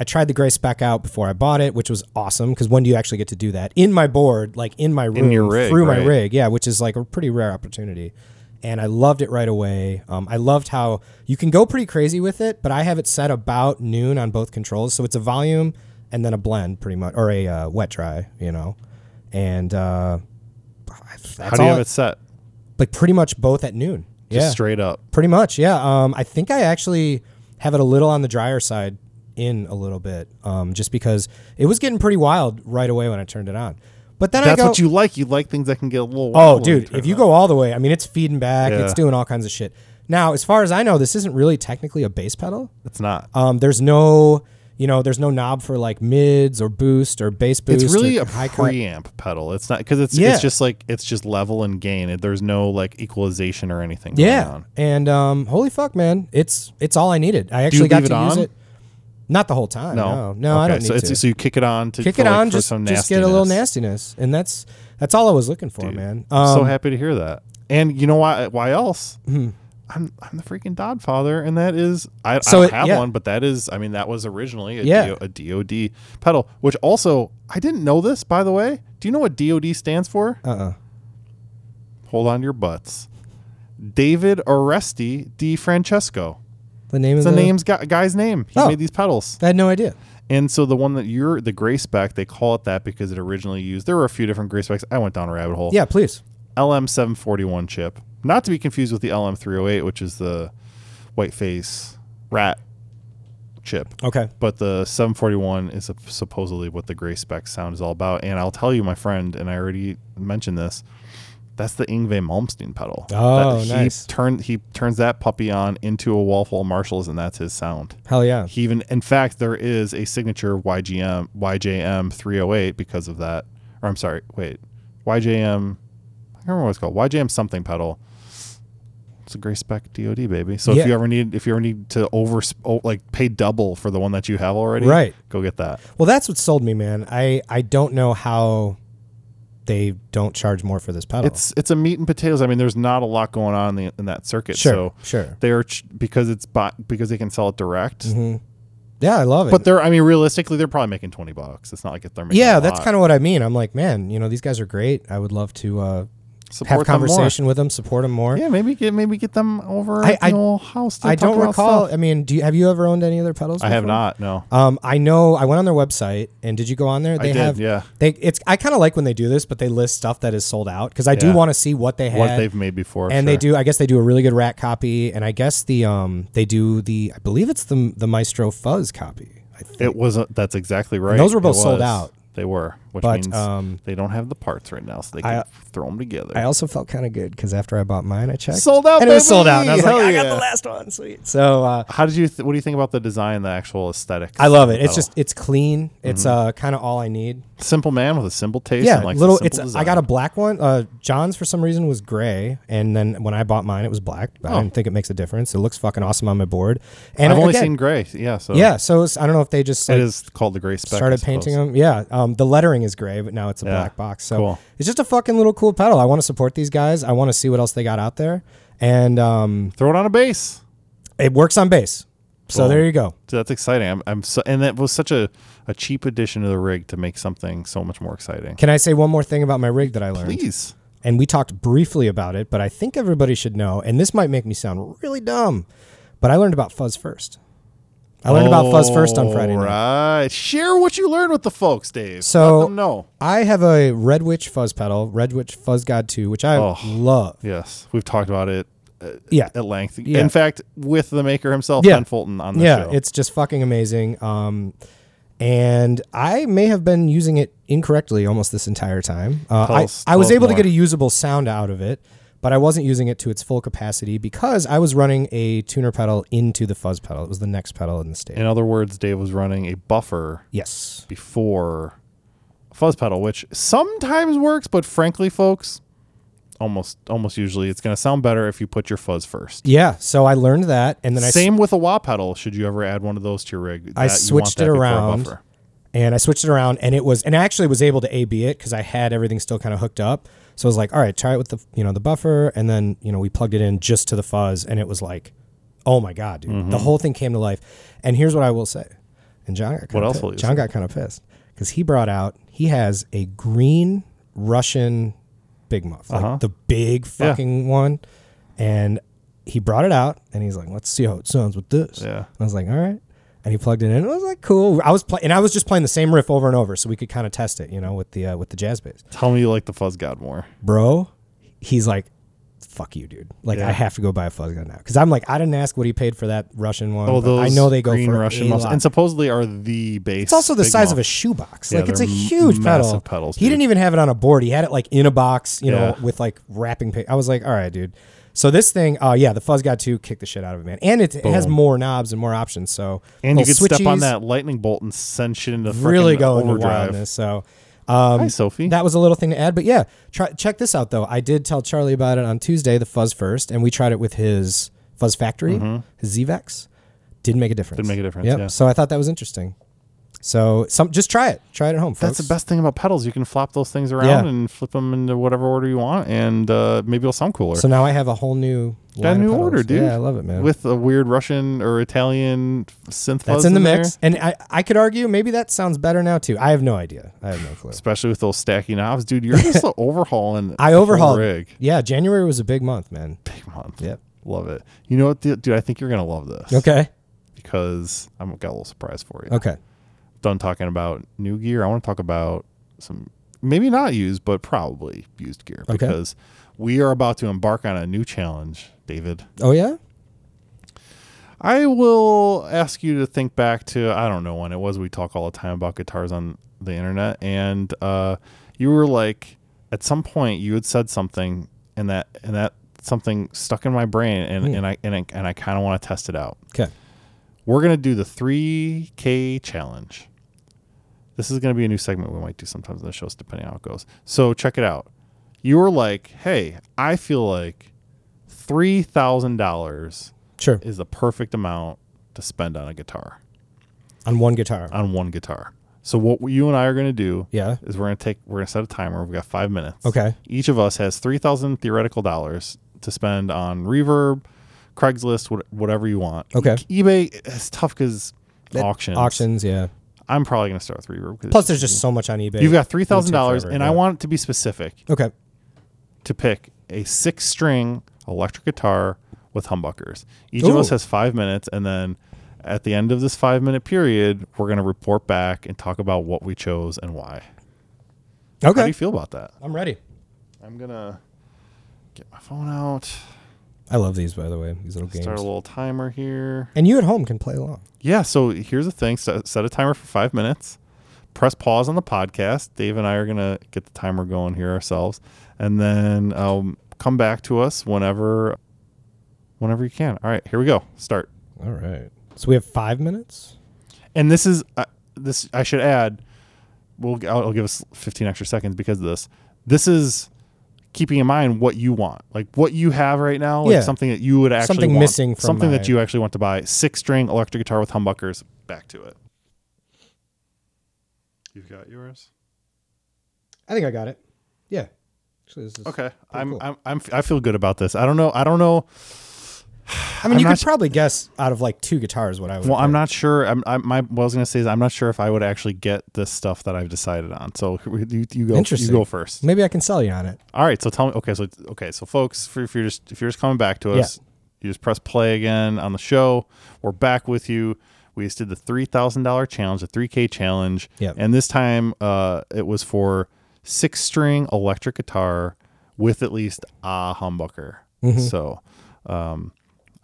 A: I tried the gray spec out before I bought it, which was awesome because when do you actually get to do that in my board, like in my room,
B: your rig,
A: through my
B: right?
A: rig? Yeah, which is like a pretty rare opportunity. And I loved it right away. Um, I loved how you can go pretty crazy with it, but I have it set about noon on both controls, so it's a volume and then a blend, pretty much, or a uh, wet dry, you know. And uh, that's
B: How do you
A: all
B: have
A: it-
B: it set?
A: Like pretty much both at noon.
B: Just
A: yeah,
B: straight up.
A: Pretty much, yeah. Um, I think I actually have it a little on the drier side, in a little bit, um, just because it was getting pretty wild right away when I turned it on. But then
B: That's
A: I go,
B: what you like. You like things that can get a little.
A: oh,
B: wobbly
A: dude,
B: to
A: if
B: it.
A: you go all the way, I mean, it's feeding back,
B: Yeah.
A: it's doing all kinds of shit. Now, as far as I know, this isn't really technically a bass pedal.
B: it's not.
A: Um, there's no, you know, there's no knob for like mids or boost or bass boost.
B: It's really
A: or
B: a
A: high cut.
B: preamp pedal. It's not because it's
A: Yeah.
B: it's just like it's just level and gain. It- There's no like equalization or anything.
A: Yeah,
B: Going on.
A: and um, holy fuck, man, it's it's all I needed. I actually got
B: leave
A: to
B: it
A: use
B: on?
A: it. Not the whole time. No, no, I
B: Okay,
A: don't need
B: so
A: to.
B: It's, so you kick it on to
A: kick
B: for,
A: it
B: like,
A: on
B: for
A: just
B: some
A: just get a little
B: nastiness.
A: nastiness and that's that's all i was looking for man um, Hmm.
B: so happy to hear that. And you know why? Why else? I'm I'm the freaking Dodfather, and that is I,
A: So
B: I
A: it-
B: don't have
A: yeah.
B: one, but that is I mean that was originally a,
A: Yeah.
B: DO, a DOD pedal, which also I didn't know this by the way. Do you know what DOD stands for?
A: uh-uh
B: Hold on to your butts. David Oresti Di Francesco.
A: the name
B: It's
A: of
B: the
A: the
B: name's guy, guy's name. He
A: Uh-huh. Oh.
B: made these pedals.
A: i had no idea
B: And so the one that you're the gray spec, they call it that because it originally used. There were a few different gray specs. I went down a rabbit hole.
A: Yeah, please.
B: LM741 chip, not to be confused with the LM308, which is the whiteface rat chip.
A: Okay.
B: But the 741 is sup- supposedly what the gray spec sound is all about. And I'll tell you, my friend, and I already mentioned this. That's the Ingve Malmsteen pedal.
A: Oh,
B: That- he
A: nice.
B: Turn, he turns that puppy on into a Waffle Marshalls, and that's his sound.
A: Hell yeah.
B: He even, in fact, there is a signature YGM YJM 308 because of that. Or I'm sorry, wait, YJM. I can't remember what it's called. YJM something pedal. It's a gray spec DoD baby. So
A: Yeah.
B: if you ever need, if you ever need to over oh, like pay double for the one that you have already,
A: Right.
B: Go get that.
A: Well, that's what sold me, man. I I don't know how they don't charge more for this pedal.
B: It's it's a meat and potatoes. I mean, there's not a lot going on in, the, in that circuit.
A: sure,
B: So
A: sure. Mm-hmm.
B: they're ch- because it's bu- because they can sell it direct.
A: Yeah, I love it.
B: But they're I mean, realistically, they're probably making twenty bucks. It's not like they're making.
A: yeah, that's kind of what I mean. I'm like, man, you know, these guys are great. I would love to uh,
B: of
A: have conversation with them, support them more.
B: Yeah, maybe get maybe get them over
A: I-
B: at the
A: I-
B: old house. To
A: I
B: talk
A: don't
B: about
A: recall.
B: stuff.
A: I mean, do you have you ever owned any of their pedals?
B: I have
A: before?
B: not. No,
A: Um, I know I went on their website, and did you go on there? They
B: did,
A: have,
B: yeah.
A: They it's I kind of like when they do this, but they list stuff that is sold out because I do
B: Yeah.
A: want to see what they have.
B: what they've made before,
A: and they
B: sure.
A: do i guess they do a really good rat copy and i guess the um they do the i believe it's the the maestro fuzz copy I think.
B: It was a, that's exactly right.
A: those were
B: It
A: both sold
B: was.
A: out.
B: They were, which
A: But,
B: means
A: um,
B: they don't have the parts right now, so they can
A: I-
B: throw them together.
A: i also felt kind of good because after i bought mine i checked
B: Sold out,
A: and it was sold out and i was
B: baby!
A: like
B: Hell
A: i got
B: yeah.
A: the last one sweet so uh
B: How did you? Th- what do you think about the design, the actual aesthetic?
A: I love it.
B: of the
A: It's
B: pedal?
A: just it's clean. It's
B: Mm-hmm.
A: uh kind of all I need.
B: simple man with a simple taste.
A: yeah,
B: and like
A: little.
B: Simple
A: It's
B: design.
A: I got a black one. Uh, John's for some reason was gray, and then when I bought mine, it was black. I don't think it makes a difference. It looks fucking awesome on my board. And
B: Oh. I've only
A: again-
B: seen gray. Yeah, so
A: Yeah, so it's, I don't know if they just
B: it
A: like,
B: is called the gray spec. I
A: started painting
B: suppose.
A: them. Yeah, um, the lettering is gray, but now it's a black box. So
B: cool.
A: it's just a fucking little cool pedal. I want to support these guys. I want to see what else they got out there, and um,
B: Throw it on a base.
A: it works on bass. So
B: Cool.
A: there you go.
B: Dude, that's exciting. I'm, I'm so, and that was such a, a cheap addition to the rig to make something so much more exciting.
A: Can I say one more thing about my rig that I learned?
B: Please.
A: And we talked briefly about it, but I think everybody should know. And this might make me sound really dumb, but I learned about fuzz first. I learned about fuzz first on Friday night.
B: Right. Share what you learned with the folks, Dave.
A: So-
B: Let them know.
A: I have a Red Witch fuzz pedal, Red Witch Fuzz God 2, which I
B: Oh.
A: love.
B: Yes, we've talked about it uh,
A: Yeah.
B: at length.
A: Yeah.
B: In fact, with the maker himself,
A: Yeah.
B: Ben Fulton, on the
A: yeah,
B: show.
A: it's just fucking amazing. Um, and I may have been using it incorrectly almost this entire time. Uh,
B: Tell
A: I,
B: us-
A: I was
B: tell us
A: able to
B: more.
A: get a usable sound out of it, but I wasn't using it to its full capacity because I was running a tuner pedal into the fuzz pedal. It was the next pedal in the stage.
B: In other words, Dave was running a buffer
A: yes.
B: before fuzz pedal, which sometimes works, but frankly, folks, almost almost usually it's going to sound better if you put your fuzz first.
A: Yeah. So I learned that, and then I s-
B: Same with a wah pedal. Should you ever add one of those to your rig,
A: I
B: that- you want
A: switched
B: that
A: it
B: before a
A: around.
B: buffer.
A: and I switched it around, and it was, and I actually was able to A/B it because I had everything still kind of hooked up. So I was like, all right, try it with the, you know, the buffer, and then you know we plugged it in just to the fuzz, and it was like, oh my god, dude,
B: Mm-hmm.
A: the whole thing came to life. And here's what I will say, and John got
B: What
A: kind
B: else
A: of
B: will you
A: John got kind of pissed because he brought out he has a green Russian big muff,
B: Uh-huh.
A: like the big fucking one, and he brought it out, and he's like, let's see how it sounds with this.
B: Yeah.
A: And I was like, all right. And he plugged it in. and I was like, cool. I was playing, and I was just playing the same riff over and over, so we could kind of test it, you know, with the uh, with the jazz bass.
B: Tell me you like the fuzz god more.
A: Bro, he's like, fuck you, dude. Like, I have to go buy a fuzz gun now because I'm like, I didn't ask what he paid for that Russian one.
B: Oh,
A: but
B: those
A: I know they go
B: green
A: for
B: Russian
A: a
B: muffs,
A: lot.
B: and supposedly are the base.
A: it's also the size of a shoebox.
B: Yeah,
A: like, it's a
B: they're m-
A: huge pedal.
B: massive pedals,
A: he didn't
B: dude.
A: even have it on a board. He had it like in a box, you know,
B: Yeah.
A: with like wrapping paper. I was like, all right, dude. So this thing, uh, yeah, the fuzz got to kick the shit out of it, man, and it, it has
B: Boom.
A: more knobs and more options. So
B: and you could
A: little
B: step on
A: switchies.
B: that lightning bolt and send shit into
A: really
B: frickin'
A: going to
B: overdrive.
A: wildness. So um,
B: Hi, Sophie.
A: that was a little thing to add, but yeah, try, check this out though. I did tell Charlie about it on Tuesday, the Fuzz First, and we tried it with his Fuzz Factory, his ZVEX. Didn't make a difference.
B: Mm-hmm. Didn't make a difference,
A: Yep.
B: yeah.
A: So I thought that was interesting. So some just try it. Try it at home. Folks.
B: That's the best thing about pedals. You can flop those things
A: Yeah.
B: around and flip them into whatever order you want, and uh, maybe it'll sound cooler.
A: So now I have a whole new
B: Got
A: line
B: a
A: of
B: new
A: pedals.
B: order, dude.
A: Yeah, I love it, man.
B: With a weird Russian or Italian
A: That's
B: synth. fuzz
A: in the
B: there.
A: mix, and I, I could argue maybe that sounds better now too. I have no idea. I have no clue.
B: especially with those stacky knobs, dude. You're just overhauling. the
A: I
B: whole
A: overhauled.
B: rig.
A: Yeah, January was a big month, man.
B: Big month.
A: Yep.
B: Love it. You know what, dude? I think you're gonna love this
A: Okay.
B: because I'm got a little surprise for you.
A: Okay.
B: done talking about new gear, I want to talk about some maybe not used, but probably used gear
A: Okay.
B: because we are about to embark on a new challenge, David.
A: Oh yeah.
B: I will ask you to think back to I don't know when it was we talk all the time about guitars on the internet and uh, you were like at some point you had said something and that and that something stuck in my brain and,
A: Hmm.
B: and I and I, and I kind of want to test it out.
A: Okay.
B: We're going to do the 3K challenge. This is going to be a new segment we might do sometimes in the shows, depending on how it goes. So check it out. You were like, hey, I feel like $3,000
A: Sure.
B: is the perfect amount to spend on a guitar,
A: On one guitar.
B: on one guitar. So what you and I are going to do
A: yeah.
B: is we're going to take, we're going to set a timer. We've got five minutes.
A: Okay.
B: Each of us has 3,000 theoretical dollars to spend on reverb, Craigslist, what, whatever you want.
A: Okay.
B: eBay is tough because auctions.
A: Auctions. Yeah.
B: I'm probably going to start with reverb. 'cause
A: Plus, there's just so much on eBay.
B: you've got three thousand dollars,
A: forever,
B: and I
A: yeah.
B: want it to be specific
A: Okay.
B: to pick a six-string electric guitar with humbuckers. Each of us
A: Ooh.
B: has five minutes, and then at the end of this five-minute period, we're going to report back and talk about what we chose and why. How do
A: Okay.
B: you feel about that?
A: I'm ready.
B: I'm gonna get my phone out,
A: I love these, by the way. These little games.
B: start a little timer here.
A: and you at home can play along.
B: Yeah, so here's the thing set, set a timer for five minutes, press pause on the podcast. Dave and I are going to get the timer going here ourselves, and then um, come back to us whenever. Whenever you can. All right, here we go. Start.
A: All right. So we have five minutes.
B: And this is uh, this. I should add. We'll. I'll, I'll give us 15 extra seconds because of this. This is keeping in mind what you want, like what you have right now, like
A: Yeah.
B: something that you would actually
A: Something
B: want,
A: missing from
B: something
A: my-
B: that you actually want to buy. Six string electric guitar with humbuckers. Back to it. You've got yours.
A: I think I got it. Yeah. Actually, this is,
B: Okay, I'm,
A: cool.
B: I'm I'm I feel good about this. I don't know. I don't know.
A: I mean,
B: I'm
A: you
B: not
A: could
B: su-
A: probably guess out of like two guitars what I would.
B: Well, I'm
A: pick.
B: not sure. I'm, I'm my what I was gonna say is I'm not sure if I would actually get this stuff that I've decided on. So you, you go. You
A: Interesting.
B: go first.
A: Maybe I can sell you on it.
B: All right, so tell me. Okay, so it's- okay, so folks, if you're- if you're just if you're just coming back to us, you just press play again on the show. We're back with you. We just did the three thousand dollar challenge, the three k challenge,
A: Yep.
B: and this time uh, it was for six string electric guitar with at least a humbucker. So, um,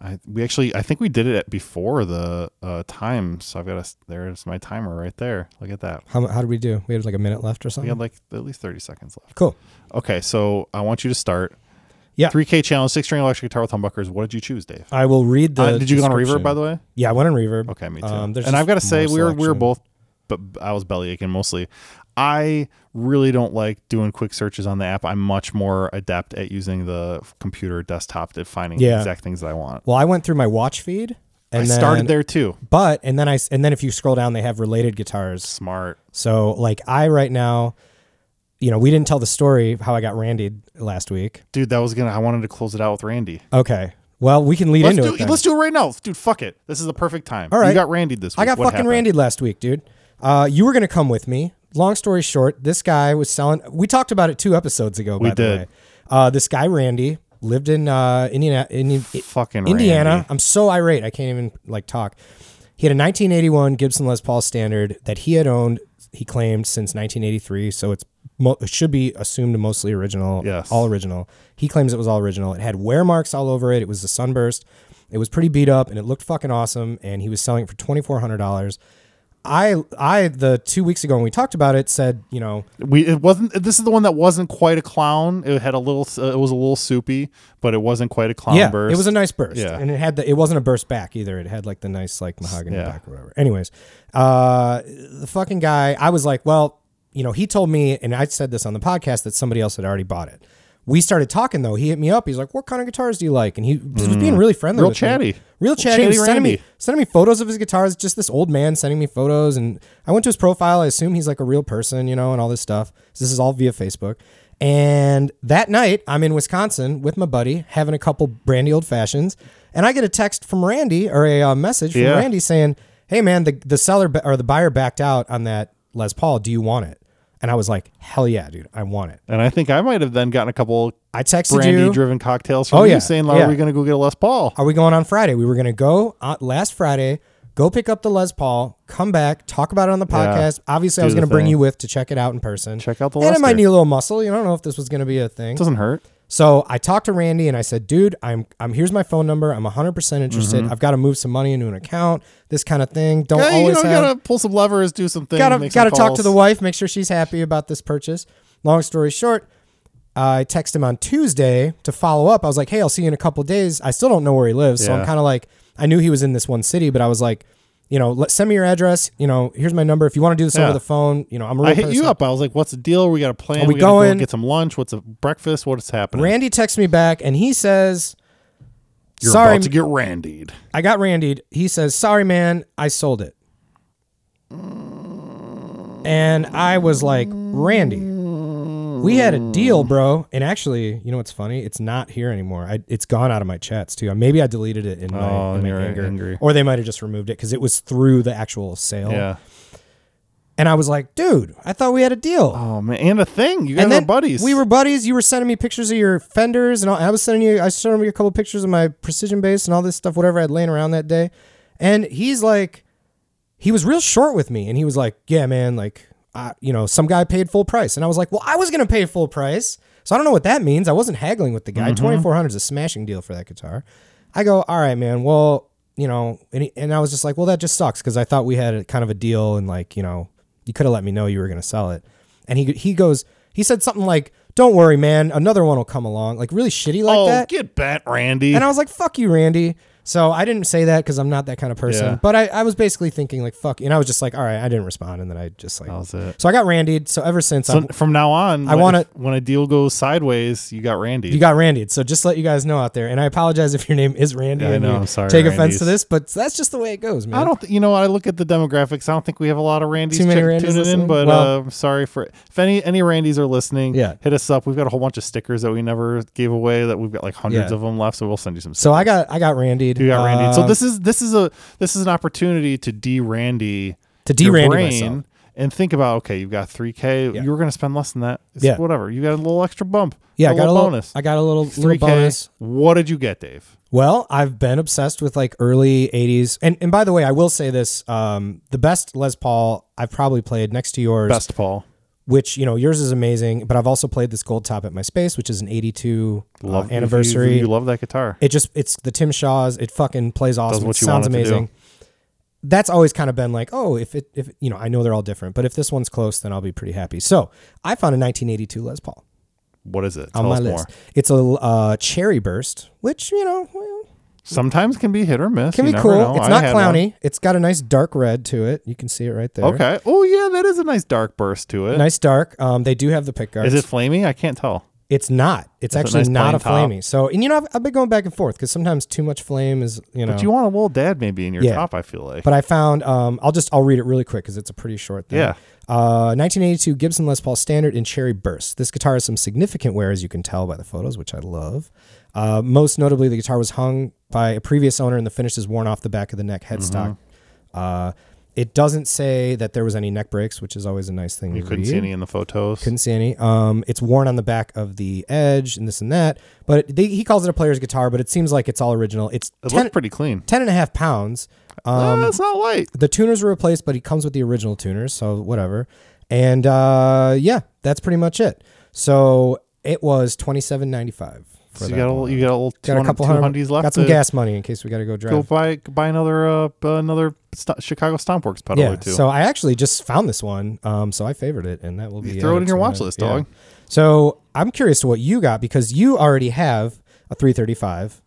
B: I we actually I think we did it at before the uh, time. So I've got a there's my timer right there. Look at that.
A: How, mu- how did we do? We had like a minute left or
B: We
A: something.
B: had like at least thirty seconds left.
A: cool.
B: Okay, so I want you to start.
A: Yeah.
B: 3K challenge, six string electric guitar with humbuckers. What did you choose, Dave?
A: I will read the.
B: Uh, did you go on reverb,
A: description.
B: by the way?
A: Yeah, I went on reverb.
B: Okay, me too.
A: Um, there's
B: and
A: just
B: I've got to say,
A: more
B: we were we were
A: selection.
B: both, but I was belly aching mostly. I really don't like doing quick searches on the app. I'm much more adept at using the computer desktop to finding
A: Yeah.
B: exact things that I want.
A: Well, I went through my watch feed and
B: I
A: then,
B: started there too.
A: But and then I s- and then if you scroll down, they have related guitars.
B: Smart.
A: So like I right now, you know, we didn't tell the story of how I got randied last week.
B: Dude, that was gonna I wanted to close it out with Randy.
A: Okay. Well, we can lead
B: Let's
A: into
B: do
A: it. then.
B: let's do it right now. Dude, fuck it. This is the perfect time.
A: All right.
B: You got Randy this week.
A: I got
B: What
A: fucking
B: happened?
A: randied last week, dude. Uh, you were gonna come with me. Long story short, this guy was selling. We talked about it two episodes ago. We by
B: did.
A: The way. Uh, this guy Randy lived in uh, Indiana, Indian,
B: Fucking
A: Indiana.
B: Randy.
A: I'm so irate. I can't even like talk. He had a 1981 Gibson Les Paul Standard that he had owned. He claimed since 1983, so it's mo- it should be assumed mostly original.
B: Yes.
A: all original. He claims it was all original. It had wear marks all over it. It was a sunburst. It was pretty beat up, and it looked fucking awesome. And he was selling it for twenty four hundred dollars. I I the two weeks ago when we talked about it said you know
B: We it wasn't. This is the one that wasn't quite a clown. It had a little. Uh, it was a little soupy, but it wasn't quite a clown
A: yeah
B: burst.
A: it was a nice burst
B: Yeah.
A: and it had the it wasn't a burst back either it had like the nice like mahogany
B: Yeah.
A: back or whatever anyways uh the fucking guy I was like well you know he told me and I said this on the podcast that somebody else had already bought it we started talking though he hit me up he's like what kind of guitars do you like and he was being really friendly
B: Hmm. Real
A: with me.
B: chatty.
A: real chatty,
B: Chatty
A: he was sending me
B: Randy.
A: sending me photos of his guitars. Just this old man sending me photos, and I went to his profile. I assume he's like a real person, you know, and all this stuff. So this is all via Facebook. And that night, I'm in Wisconsin with my buddy, having a couple brandy old fashions, and I get a text from Randy or a uh, message from
B: Yeah.
A: Randy saying, "Hey man, the the seller ba- or the buyer backed out on that Les Paul. Do you want it?" And I was like, "Hell yeah, dude, I want it."
B: and I think I might have then gotten a couple
A: I texted you.
B: brandy-driven cocktails from
A: Oh,
B: you,
A: yeah.
B: saying, "Are
A: Yeah.
B: we going to go get a Les Paul?"
A: Are we going on Friday? We were going to go on uh, last Friday, Go pick up the Les Paul. Come back. Talk about it on the podcast. Obviously, I
B: Do
A: was
B: the
A: going to bring
B: thing.
A: you with to check it out in person.
B: Check out the
A: And I might
B: Lester.
A: need a little muscle. You don't know if this was going to be a thing.
B: doesn't hurt.
A: So I talked to Randy and I said, dude, I'm I'm here's my phone number. I'm 100% interested. I've got to move some money into an account, this kind of thing. Don't
B: Yeah, Mm-hmm. you
A: always
B: know, you
A: have
B: gotta pull some levers, do some things.
A: gotta
B: make some
A: gotta talk to
B: calls.
A: the wife, make sure she's happy about this purchase. Long story short, I text him on Tuesday to follow up. I was like, "Hey, I'll see you in a couple days." I still don't know where he lives, so I'm
B: Yeah.
A: kind of like, I knew he was in this one city, but I was like, you know, let, send me your address. You know, here's my number. If you want to do this
B: Yeah.
A: over the phone, you know, I'm a real
B: I hit
A: person.
B: you up. I was like, "What's the deal? We got a plan.
A: Are we
B: gotta
A: going?
B: go get some lunch. What's a breakfast? What is happening?
A: Randy texts me back and he says,
B: You're
A: "Sorry,
B: about to get randied."
A: I got Randied. He says, Sorry, man, I sold it. And I was like, Randy, we had a deal, bro. And actually, you know what's funny? It's not here anymore. I, it's gone out of my chats, too. Maybe I deleted it in my,
B: Oh,
A: in my
B: you were
A: anger.
B: angry.
A: Or they might have just removed it because it was through the actual sale.
B: Yeah.
A: And I was like, Dude, I thought we had a deal.
B: Oh man, and a thing. You guys
A: and
B: are
A: then
B: buddies.
A: we were buddies. You were sending me pictures of your fenders, and all, I was sending you. I showed you a couple pictures of my precision bass and all this stuff, whatever I had laying around that day. And he's like, he was real short with me, and he was like, "Yeah, man, like, I, you know, some guy paid full price," and I was like, "Well, I was gonna pay full price, so I don't know what that means. I wasn't haggling with the guy. four hundred is a smashing deal for that guitar." I go, "All right, man. Well, you know," and he, and I was just like, "Well, that just sucks because I thought we had a kind of a deal, and like, you know, you could have let me know you were gonna sell it." And he he goes, he said something like, "Don't worry, man. Another one will come along." Like really shitty like
B: oh,
A: that.
B: get bat, Randy.
A: And I was like, fuck you, Randy. So I didn't say that because I'm not that kind of person.
B: Yeah.
A: But I, I was basically thinking, like, fuck. And I was just like, all right, I didn't respond. And then I just like.
B: that was it.
A: So I got Randied. So ever since,
B: So
A: I've,
B: from now on,
A: Uh, I
B: when-
A: wanna-
B: if- when a deal goes sideways, you got Randy.
A: you got Randied. So just let you guys know out there. And I apologize if your name is Randy.
B: Yeah, I
A: and
B: know.
A: you
B: I'm sorry,
A: Take offense
B: Randys.
A: to this, but that's just the way it goes, man.
B: I don't, th- you know, I look at the demographics. I don't think we have a lot of Randys
A: Too many
B: check-
A: Randys
B: tuning in,
A: listening?
B: but
A: Well-
B: uh, I'm sorry for if any any Randys are listening.
A: Yeah.
B: hit us up. We've got a whole bunch of stickers that we never gave away. That we've got like hundreds
A: Yeah.
B: of them left, so we'll send you some.
A: So I got I got Randied.
B: You got Randy. So
A: Um,
B: this is this is a this is an opportunity to de-Randy
A: to
B: your
A: de-Randy
B: brain
A: myself.
B: and think about okay, you've got three k.
A: Yeah.
B: You were going to spend less than that. It's
A: Yeah.
B: whatever. You got a little extra bump.
A: Yeah, I got a little
B: bonus.
A: I got a little
B: Three
A: little
B: k.
A: bonus.
B: What did you get, Dave?
A: Well, I've been obsessed with like early 80s. And and by the way, I will say this, um, the best Les Paul I've probably played next to yours
B: Best Paul.
A: which you know yours is amazing but i've also played this gold top at my space which is an 82 uh,
B: Love
A: anniversary
B: You, you love that guitar.
A: it just it's the tim shaws it fucking plays awesome
B: what
A: it
B: you
A: sounds
B: want it to do.
A: amazing that's always kind of been like oh if it if you know i know they're all different but if this one's close then i'll be pretty happy so i found a 1982 les paul
B: What is it?
A: on
B: Tell
A: my
B: us more.
A: list it's a uh, cherry burst which you know well,
B: Sometimes can be hit or miss.
A: can
B: You
A: be
B: never
A: cool
B: know.
A: it's
B: I
A: not
B: had one.
A: clowny it's got a nice dark red to it you can see it right there
B: Okay. Oh yeah, that is a nice dark burst to it.
A: nice dark um they do have the pick guards
B: Is it flamey? I can't tell.
A: It's not. It's
B: It's a
A: actually
B: nice
A: not a
B: plain
A: flamey. So, and you know, I've, I've been going back and forth because sometimes too much flame is, you know.
B: But you want a little dad maybe in your
A: Yeah.
B: top. I feel like.
A: But I found, um, I'll just, I'll read it really quick because it's a pretty short thing.
B: Yeah.
A: Uh, 1982 Gibson Les Paul Standard in Cherry Burst. This guitar has some significant wear, as you can tell by the photos, which I love. Uh, most notably, the guitar was hung by a previous owner and the finish is worn off the back of the neck headstock.
B: Mm-hmm.
A: Uh, it doesn't say that there was any neck breaks, which is always a nice thing
B: you
A: to
B: couldn't
A: read.
B: see any in the photos.
A: Couldn't see any. Um, it's worn on the back of the edge and this and that. But they, he calls it a player's guitar, but it seems like it's all original. It's
B: It
A: ten,
B: looked pretty clean.
A: 10 and a half pounds. Um,
B: Ah, it's not light.
A: the tuners were replaced, but he comes with the original tuners, so whatever. And uh, yeah, that's pretty much it. So it was twenty seven ninety five.
B: So you got a little, you got a little two
A: got a couple
B: hundred- two
A: hundred.
B: hundies left.
A: Got some
B: to
A: gas money in case we got to go drive.
B: Go buy buy another uh, another st- Chicago Stompworks pedal
A: yeah.
B: or two.
A: So I actually just found this one, um, so I favored it, and that will be
B: throw it
A: added
B: in your
A: to
B: watch
A: my-
B: list,
A: yeah.
B: dog.
A: So I'm curious to what you got because you already have a 335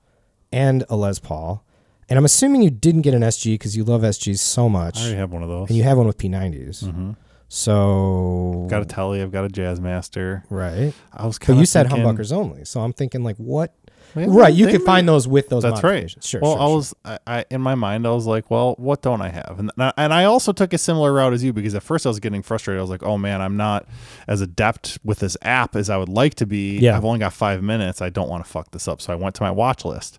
A: and a Les Paul, and I'm assuming you didn't get an SG because you love SGs so much,
B: I already have one of those.
A: and you have one with P90s. So
B: got a Tele. I've got a Jazzmaster.
A: right,
B: I was
A: but
B: kind
A: you said humbuckers only, so I'm thinking like what?
B: Yeah,
A: right, you
B: they
A: could
B: may-
A: find those with those.
B: That's right.
A: modifications. Sure.
B: Well,
A: sure,
B: I
A: sure.
B: was I, I in my mind I was like, well, what don't I have? And and I- and I also took a similar route as you because at first I was getting frustrated. I was like, oh man, I'm not as adept with this app as I would like to be.
A: Yeah.
B: I've only got five minutes. I don't want to fuck this up. So I went to my watch list.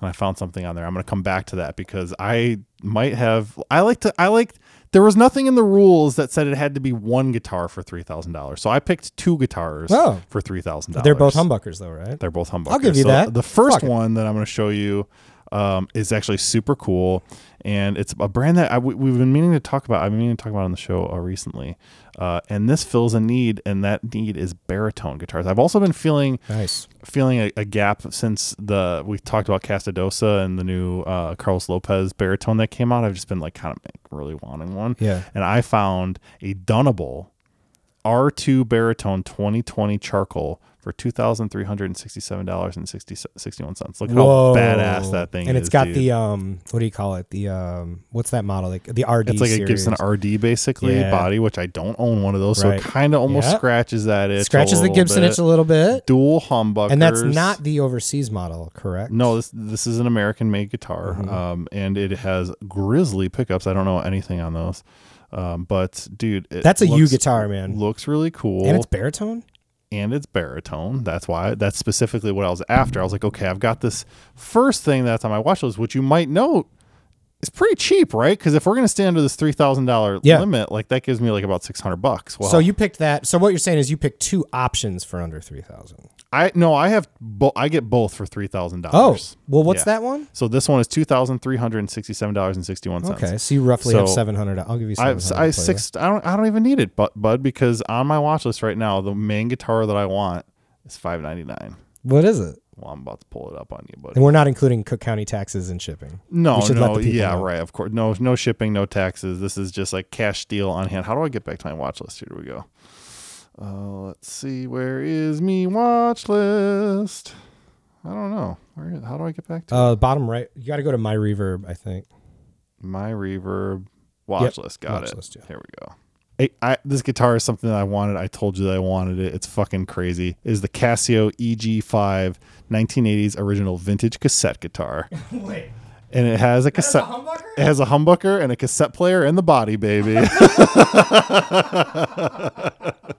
B: And I found something on there. I'm going to come back to that because I might have. I like to. I like. There was nothing in the rules that said it had to be one guitar for three thousand dollars. So I picked two guitars
A: Oh.
B: for three thousand dollars.
A: They're both humbuckers though, right?
B: They're both humbuckers.
A: give you
B: So
A: that.
B: The first
A: Fuck it.
B: one that I'm going to show you um, is actually super cool, and it's a brand that I, we, we've been meaning to talk about. I've been meaning to talk about on the show uh, recently, uh, and this fills a need, and that need is baritone guitars. I've also been feeling
A: Nice.
B: feeling a, a gap since the we talked about Castadosa and the new uh, Carlos Lopez baritone that came out. I've just been like kind of really wanting one.
A: Yeah.
B: And I found a Dunnable R2 baritone 2020 charcoal for two thousand three hundred and sixty-seven dollars and sixty-one cents. Look
A: Whoa.
B: how badass that thing is!
A: And it's got
B: dude.
A: the um, what do you call it? The um, what's that model? Like the RD.
B: It's like a Gibson
A: series.
B: RD basically
A: Yeah.
B: body, which I don't own one of those,
A: Right.
B: so it kind of almost
A: Yeah.
B: scratches that itch. a
A: Scratches the
B: little
A: Gibson
B: bit.
A: itch a little bit.
B: dual humbuckers,
A: And that's not the overseas model, correct?
B: No, this this is an American made guitar,
A: Mm-hmm.
B: um, and it has grizzly pickups. I don't know anything on those, um, but dude, it
A: That's a U
B: looks-
A: guitar, man.
B: Looks really cool,
A: And it's baritone?
B: and it's baritone. That's why that's specifically what I was after. I was like, okay, I've got this first thing that's on my watch list, which you might note is pretty cheap, right? Because if we're gonna stay under this three thousand dollar
A: Yeah.
B: limit, like that gives me like about six hundred bucks. Well,
A: So you picked that. So what you're saying is you picked two options for under 3000
B: I no, I have bo- I get both for three thousand
A: Oh,
B: dollars.
A: well, what's
B: Yeah.
A: that one?
B: So this one is two thousand three hundred and sixty-seven dollars and sixty-one cents.
A: Okay, so you roughly have
B: So-
A: 700 I'll give you
B: I
A: 700
B: I
A: for that.
B: six. I don't. I don't even need it, but bud, because on my watch list right now, the main guitar that I want is five ninety nine.
A: What is it?
B: Well, I'm about to pull it up on you, buddy.
A: And we're not including Cook County taxes and shipping.
B: No,
A: We should let
B: no,
A: the people
B: yeah,
A: know.
B: right. Of course, no, no shipping, no taxes. This is just like cash deal on hand. How do I get back to my watch list? Here we go. Uh, let's see. Where is me watch list? I don't know. Where is, how do I get back to
A: Uh, bottom right, you got to go to My Reverb, I think.
B: my reverb watch list? Got
A: watch
B: it.
A: list, yeah.
B: Here we go. I, I, this guitar is something that I wanted. I told you that I wanted it. It's fucking crazy. It is the Casio E EG5 1980s original vintage cassette guitar,
A: Wait,
B: and it has a cassette.
A: humbucker?
B: It has a humbucker and a cassette player and the body, baby.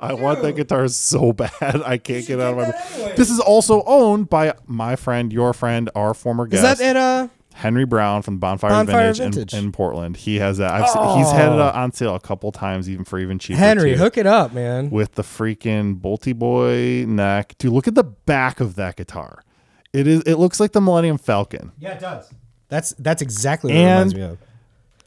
B: I want that guitar so bad. I can't get out of my. This is also owned by my friend, your friend, our former
A: Is
B: guest,
A: that at uh?
B: Henry Brown from Bonfire,
A: Bonfire
B: Vintage, in-
A: Vintage.
B: In, Portland. He has that. I've se- he's had it on sale a couple times, even for even cheaper.
A: Henry?
B: too,
A: Hook it up, man.
B: with the freaking Bolty Boy neck. Dude, look at the back of that guitar. It is. It looks like the Millennium Falcon.
A: Yeah, it does. That's that's exactly what it
B: And-
A: reminds me of.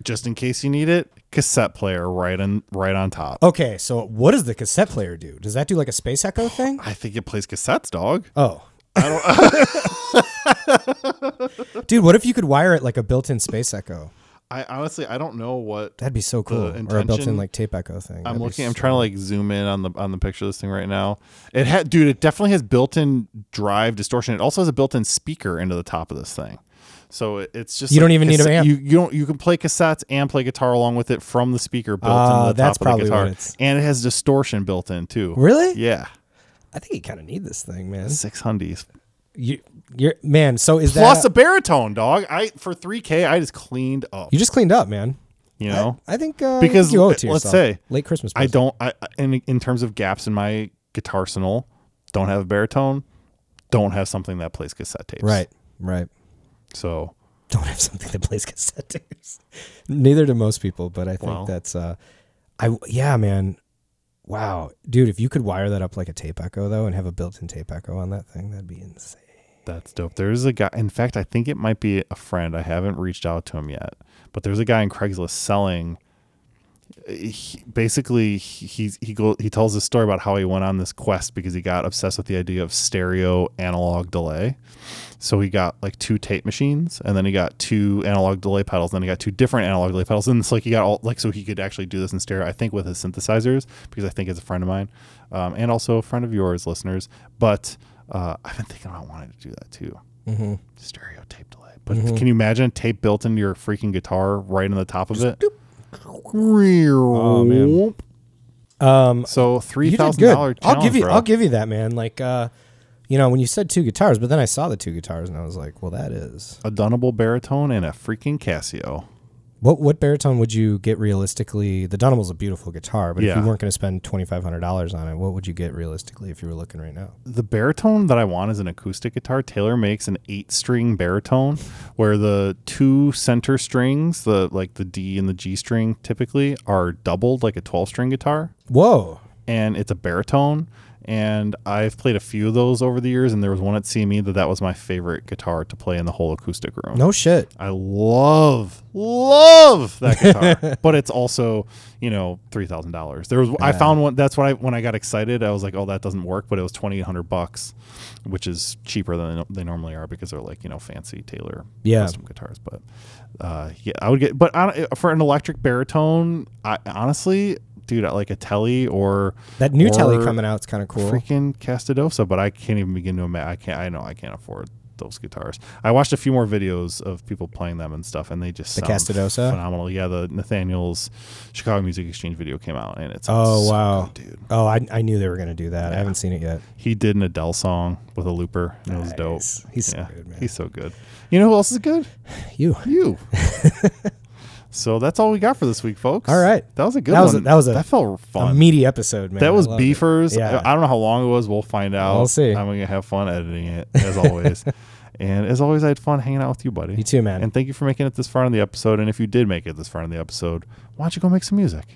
B: just in case you need it, cassette player right on right on top.
A: Okay, so what does the cassette player do? Does that do like a space echo thing?
B: I think it plays cassettes, dog.
A: Oh. Dude, what if you could wire it like a built-in space echo?
B: I honestly I don't know what
A: That'd be so cool. Or a
B: intention-
A: built-in like tape echo thing.
B: I'm looking. I'm trying to like zoom in on the on the picture of this thing right now. It had, dude. It definitely has built-in drive distortion. It also has a built-in speaker into the top of this thing. So it, it's just
A: You
B: like
A: don't even need an amp.
B: You, you don't. You can play cassettes and play guitar along with it from the speaker built
A: Ah,
B: into the
A: that's
B: top of the
A: probably
B: guitar,
A: what it's-
B: and it has distortion built in too.
A: Really?
B: Yeah,
A: I think you kind of need this thing, man.
B: six hundies.
A: You, you're man. So is
B: Plus
A: that
B: a baritone, dog. I for three k. I just cleaned up.
A: you just cleaned up, man?
B: You know,
A: I think uh, I
B: Because
A: think you owe it to
B: let's
A: yourself.
B: say,
A: late Christmas.
B: I
A: present.
B: don't. I I- in in terms of gaps in my guitar arsenal, don't have a baritone. Don't have something that plays cassette tapes.
A: Right, right.
B: So
A: Don't have something that plays cassette tapes. Neither do most people, but I think
B: Well.
A: that's uh, I yeah, man. Wow, dude, if you could wire that up like a tape echo though, and have a built-in tape echo on that thing, that'd be insane.
B: that's dope. There's a guy. In fact, I think it might be a friend. I haven't reached out to him yet, but there's a guy in Craigslist selling. He, basically, he- he's he go he tells this story about how he went on this quest because he got obsessed with the idea of stereo analog delay. So he got like two tape machines, and then he got two analog delay pedals, and then he got two different analog delay pedals, and it's like he got all like so he could actually do this in stereo. I think with his synthesizers because I think it's a friend of mine, um, and also a friend of yours, listeners. But uh, I've been thinking about wanting to do that too, mm-hmm. stereo tape delay. But
A: Mm-hmm.
B: can you imagine a tape built into your freaking guitar right on the top of it? Oh,
A: man. Um,
B: So three
A: you did
B: thousand
A: good.
B: dollars.
A: I'll give you. I'll give you that, man. Like, uh, you know, when you said two guitars, but then I saw the two guitars, and I was like, well, that is
B: a Dunnable baritone and a freaking Casio.
A: what. What baritone would you get realistically? The Dunable's a beautiful guitar, but if
B: Yeah.
A: you weren't going to spend twenty five hundred dollars on it, what would you get realistically if you were looking right now?
B: the baritone that I want is an acoustic guitar. Taylor makes an eight string baritone where the two center strings, the like the D and the G string typically are doubled like a 12 string guitar
A: Whoa,
B: and it's a baritone and I've played a few of those over the years. And there was one at CME that that was my favorite guitar to play in the whole acoustic room.
A: No shit.
B: I love love that guitar, but it's also you know three thousand dollars. There was I found one. That's what I when I got excited, I was like, oh, that doesn't work. But it was twenty eight hundred bucks, which is cheaper than they normally are because they're like you know fancy Taylor
A: Yeah.
B: custom guitars. But uh, yeah, I would get. But on, for an electric baritone, I honestly, dude, I like a Telly or
A: That new
B: or
A: telly coming out's kind of cool.
B: freaking Castadosa, but I can't even begin to imagine. I can't. I know I can't afford those guitars. I watched a few more videos of people playing them and stuff, and they just
A: The
B: sound
A: Castadosa?
B: phenomenal. Yeah, the Nathaniel's Chicago Music Exchange video came out, and it's
A: Oh wow,
B: dude.
A: Oh, I, I knew they were gonna do that. I haven't seen it yet.
B: He did an Adele song with a looper, and it was
A: Nice.
B: dope.
A: He's so
B: yeah,
A: good, man.
B: He's so good. You know who else is good?
A: You.
B: You. so that's all we got for this week, folks.
A: All right.
B: that was a good
A: That was a-
B: one.
A: that was a-
B: that felt
A: A
B: fun.
A: meaty episode, man.
B: That
A: I
B: was
A: love it.
B: beefers.
A: Yeah.
B: I I don't know how long it was. We'll find out.
A: We'll see.
B: I'm gonna have fun editing it as always. and as always, I had fun hanging out with you, buddy.
A: You too, man.
B: And thank you for making it this far in the episode. And if you did make it this far in the episode, why don't you go make some music?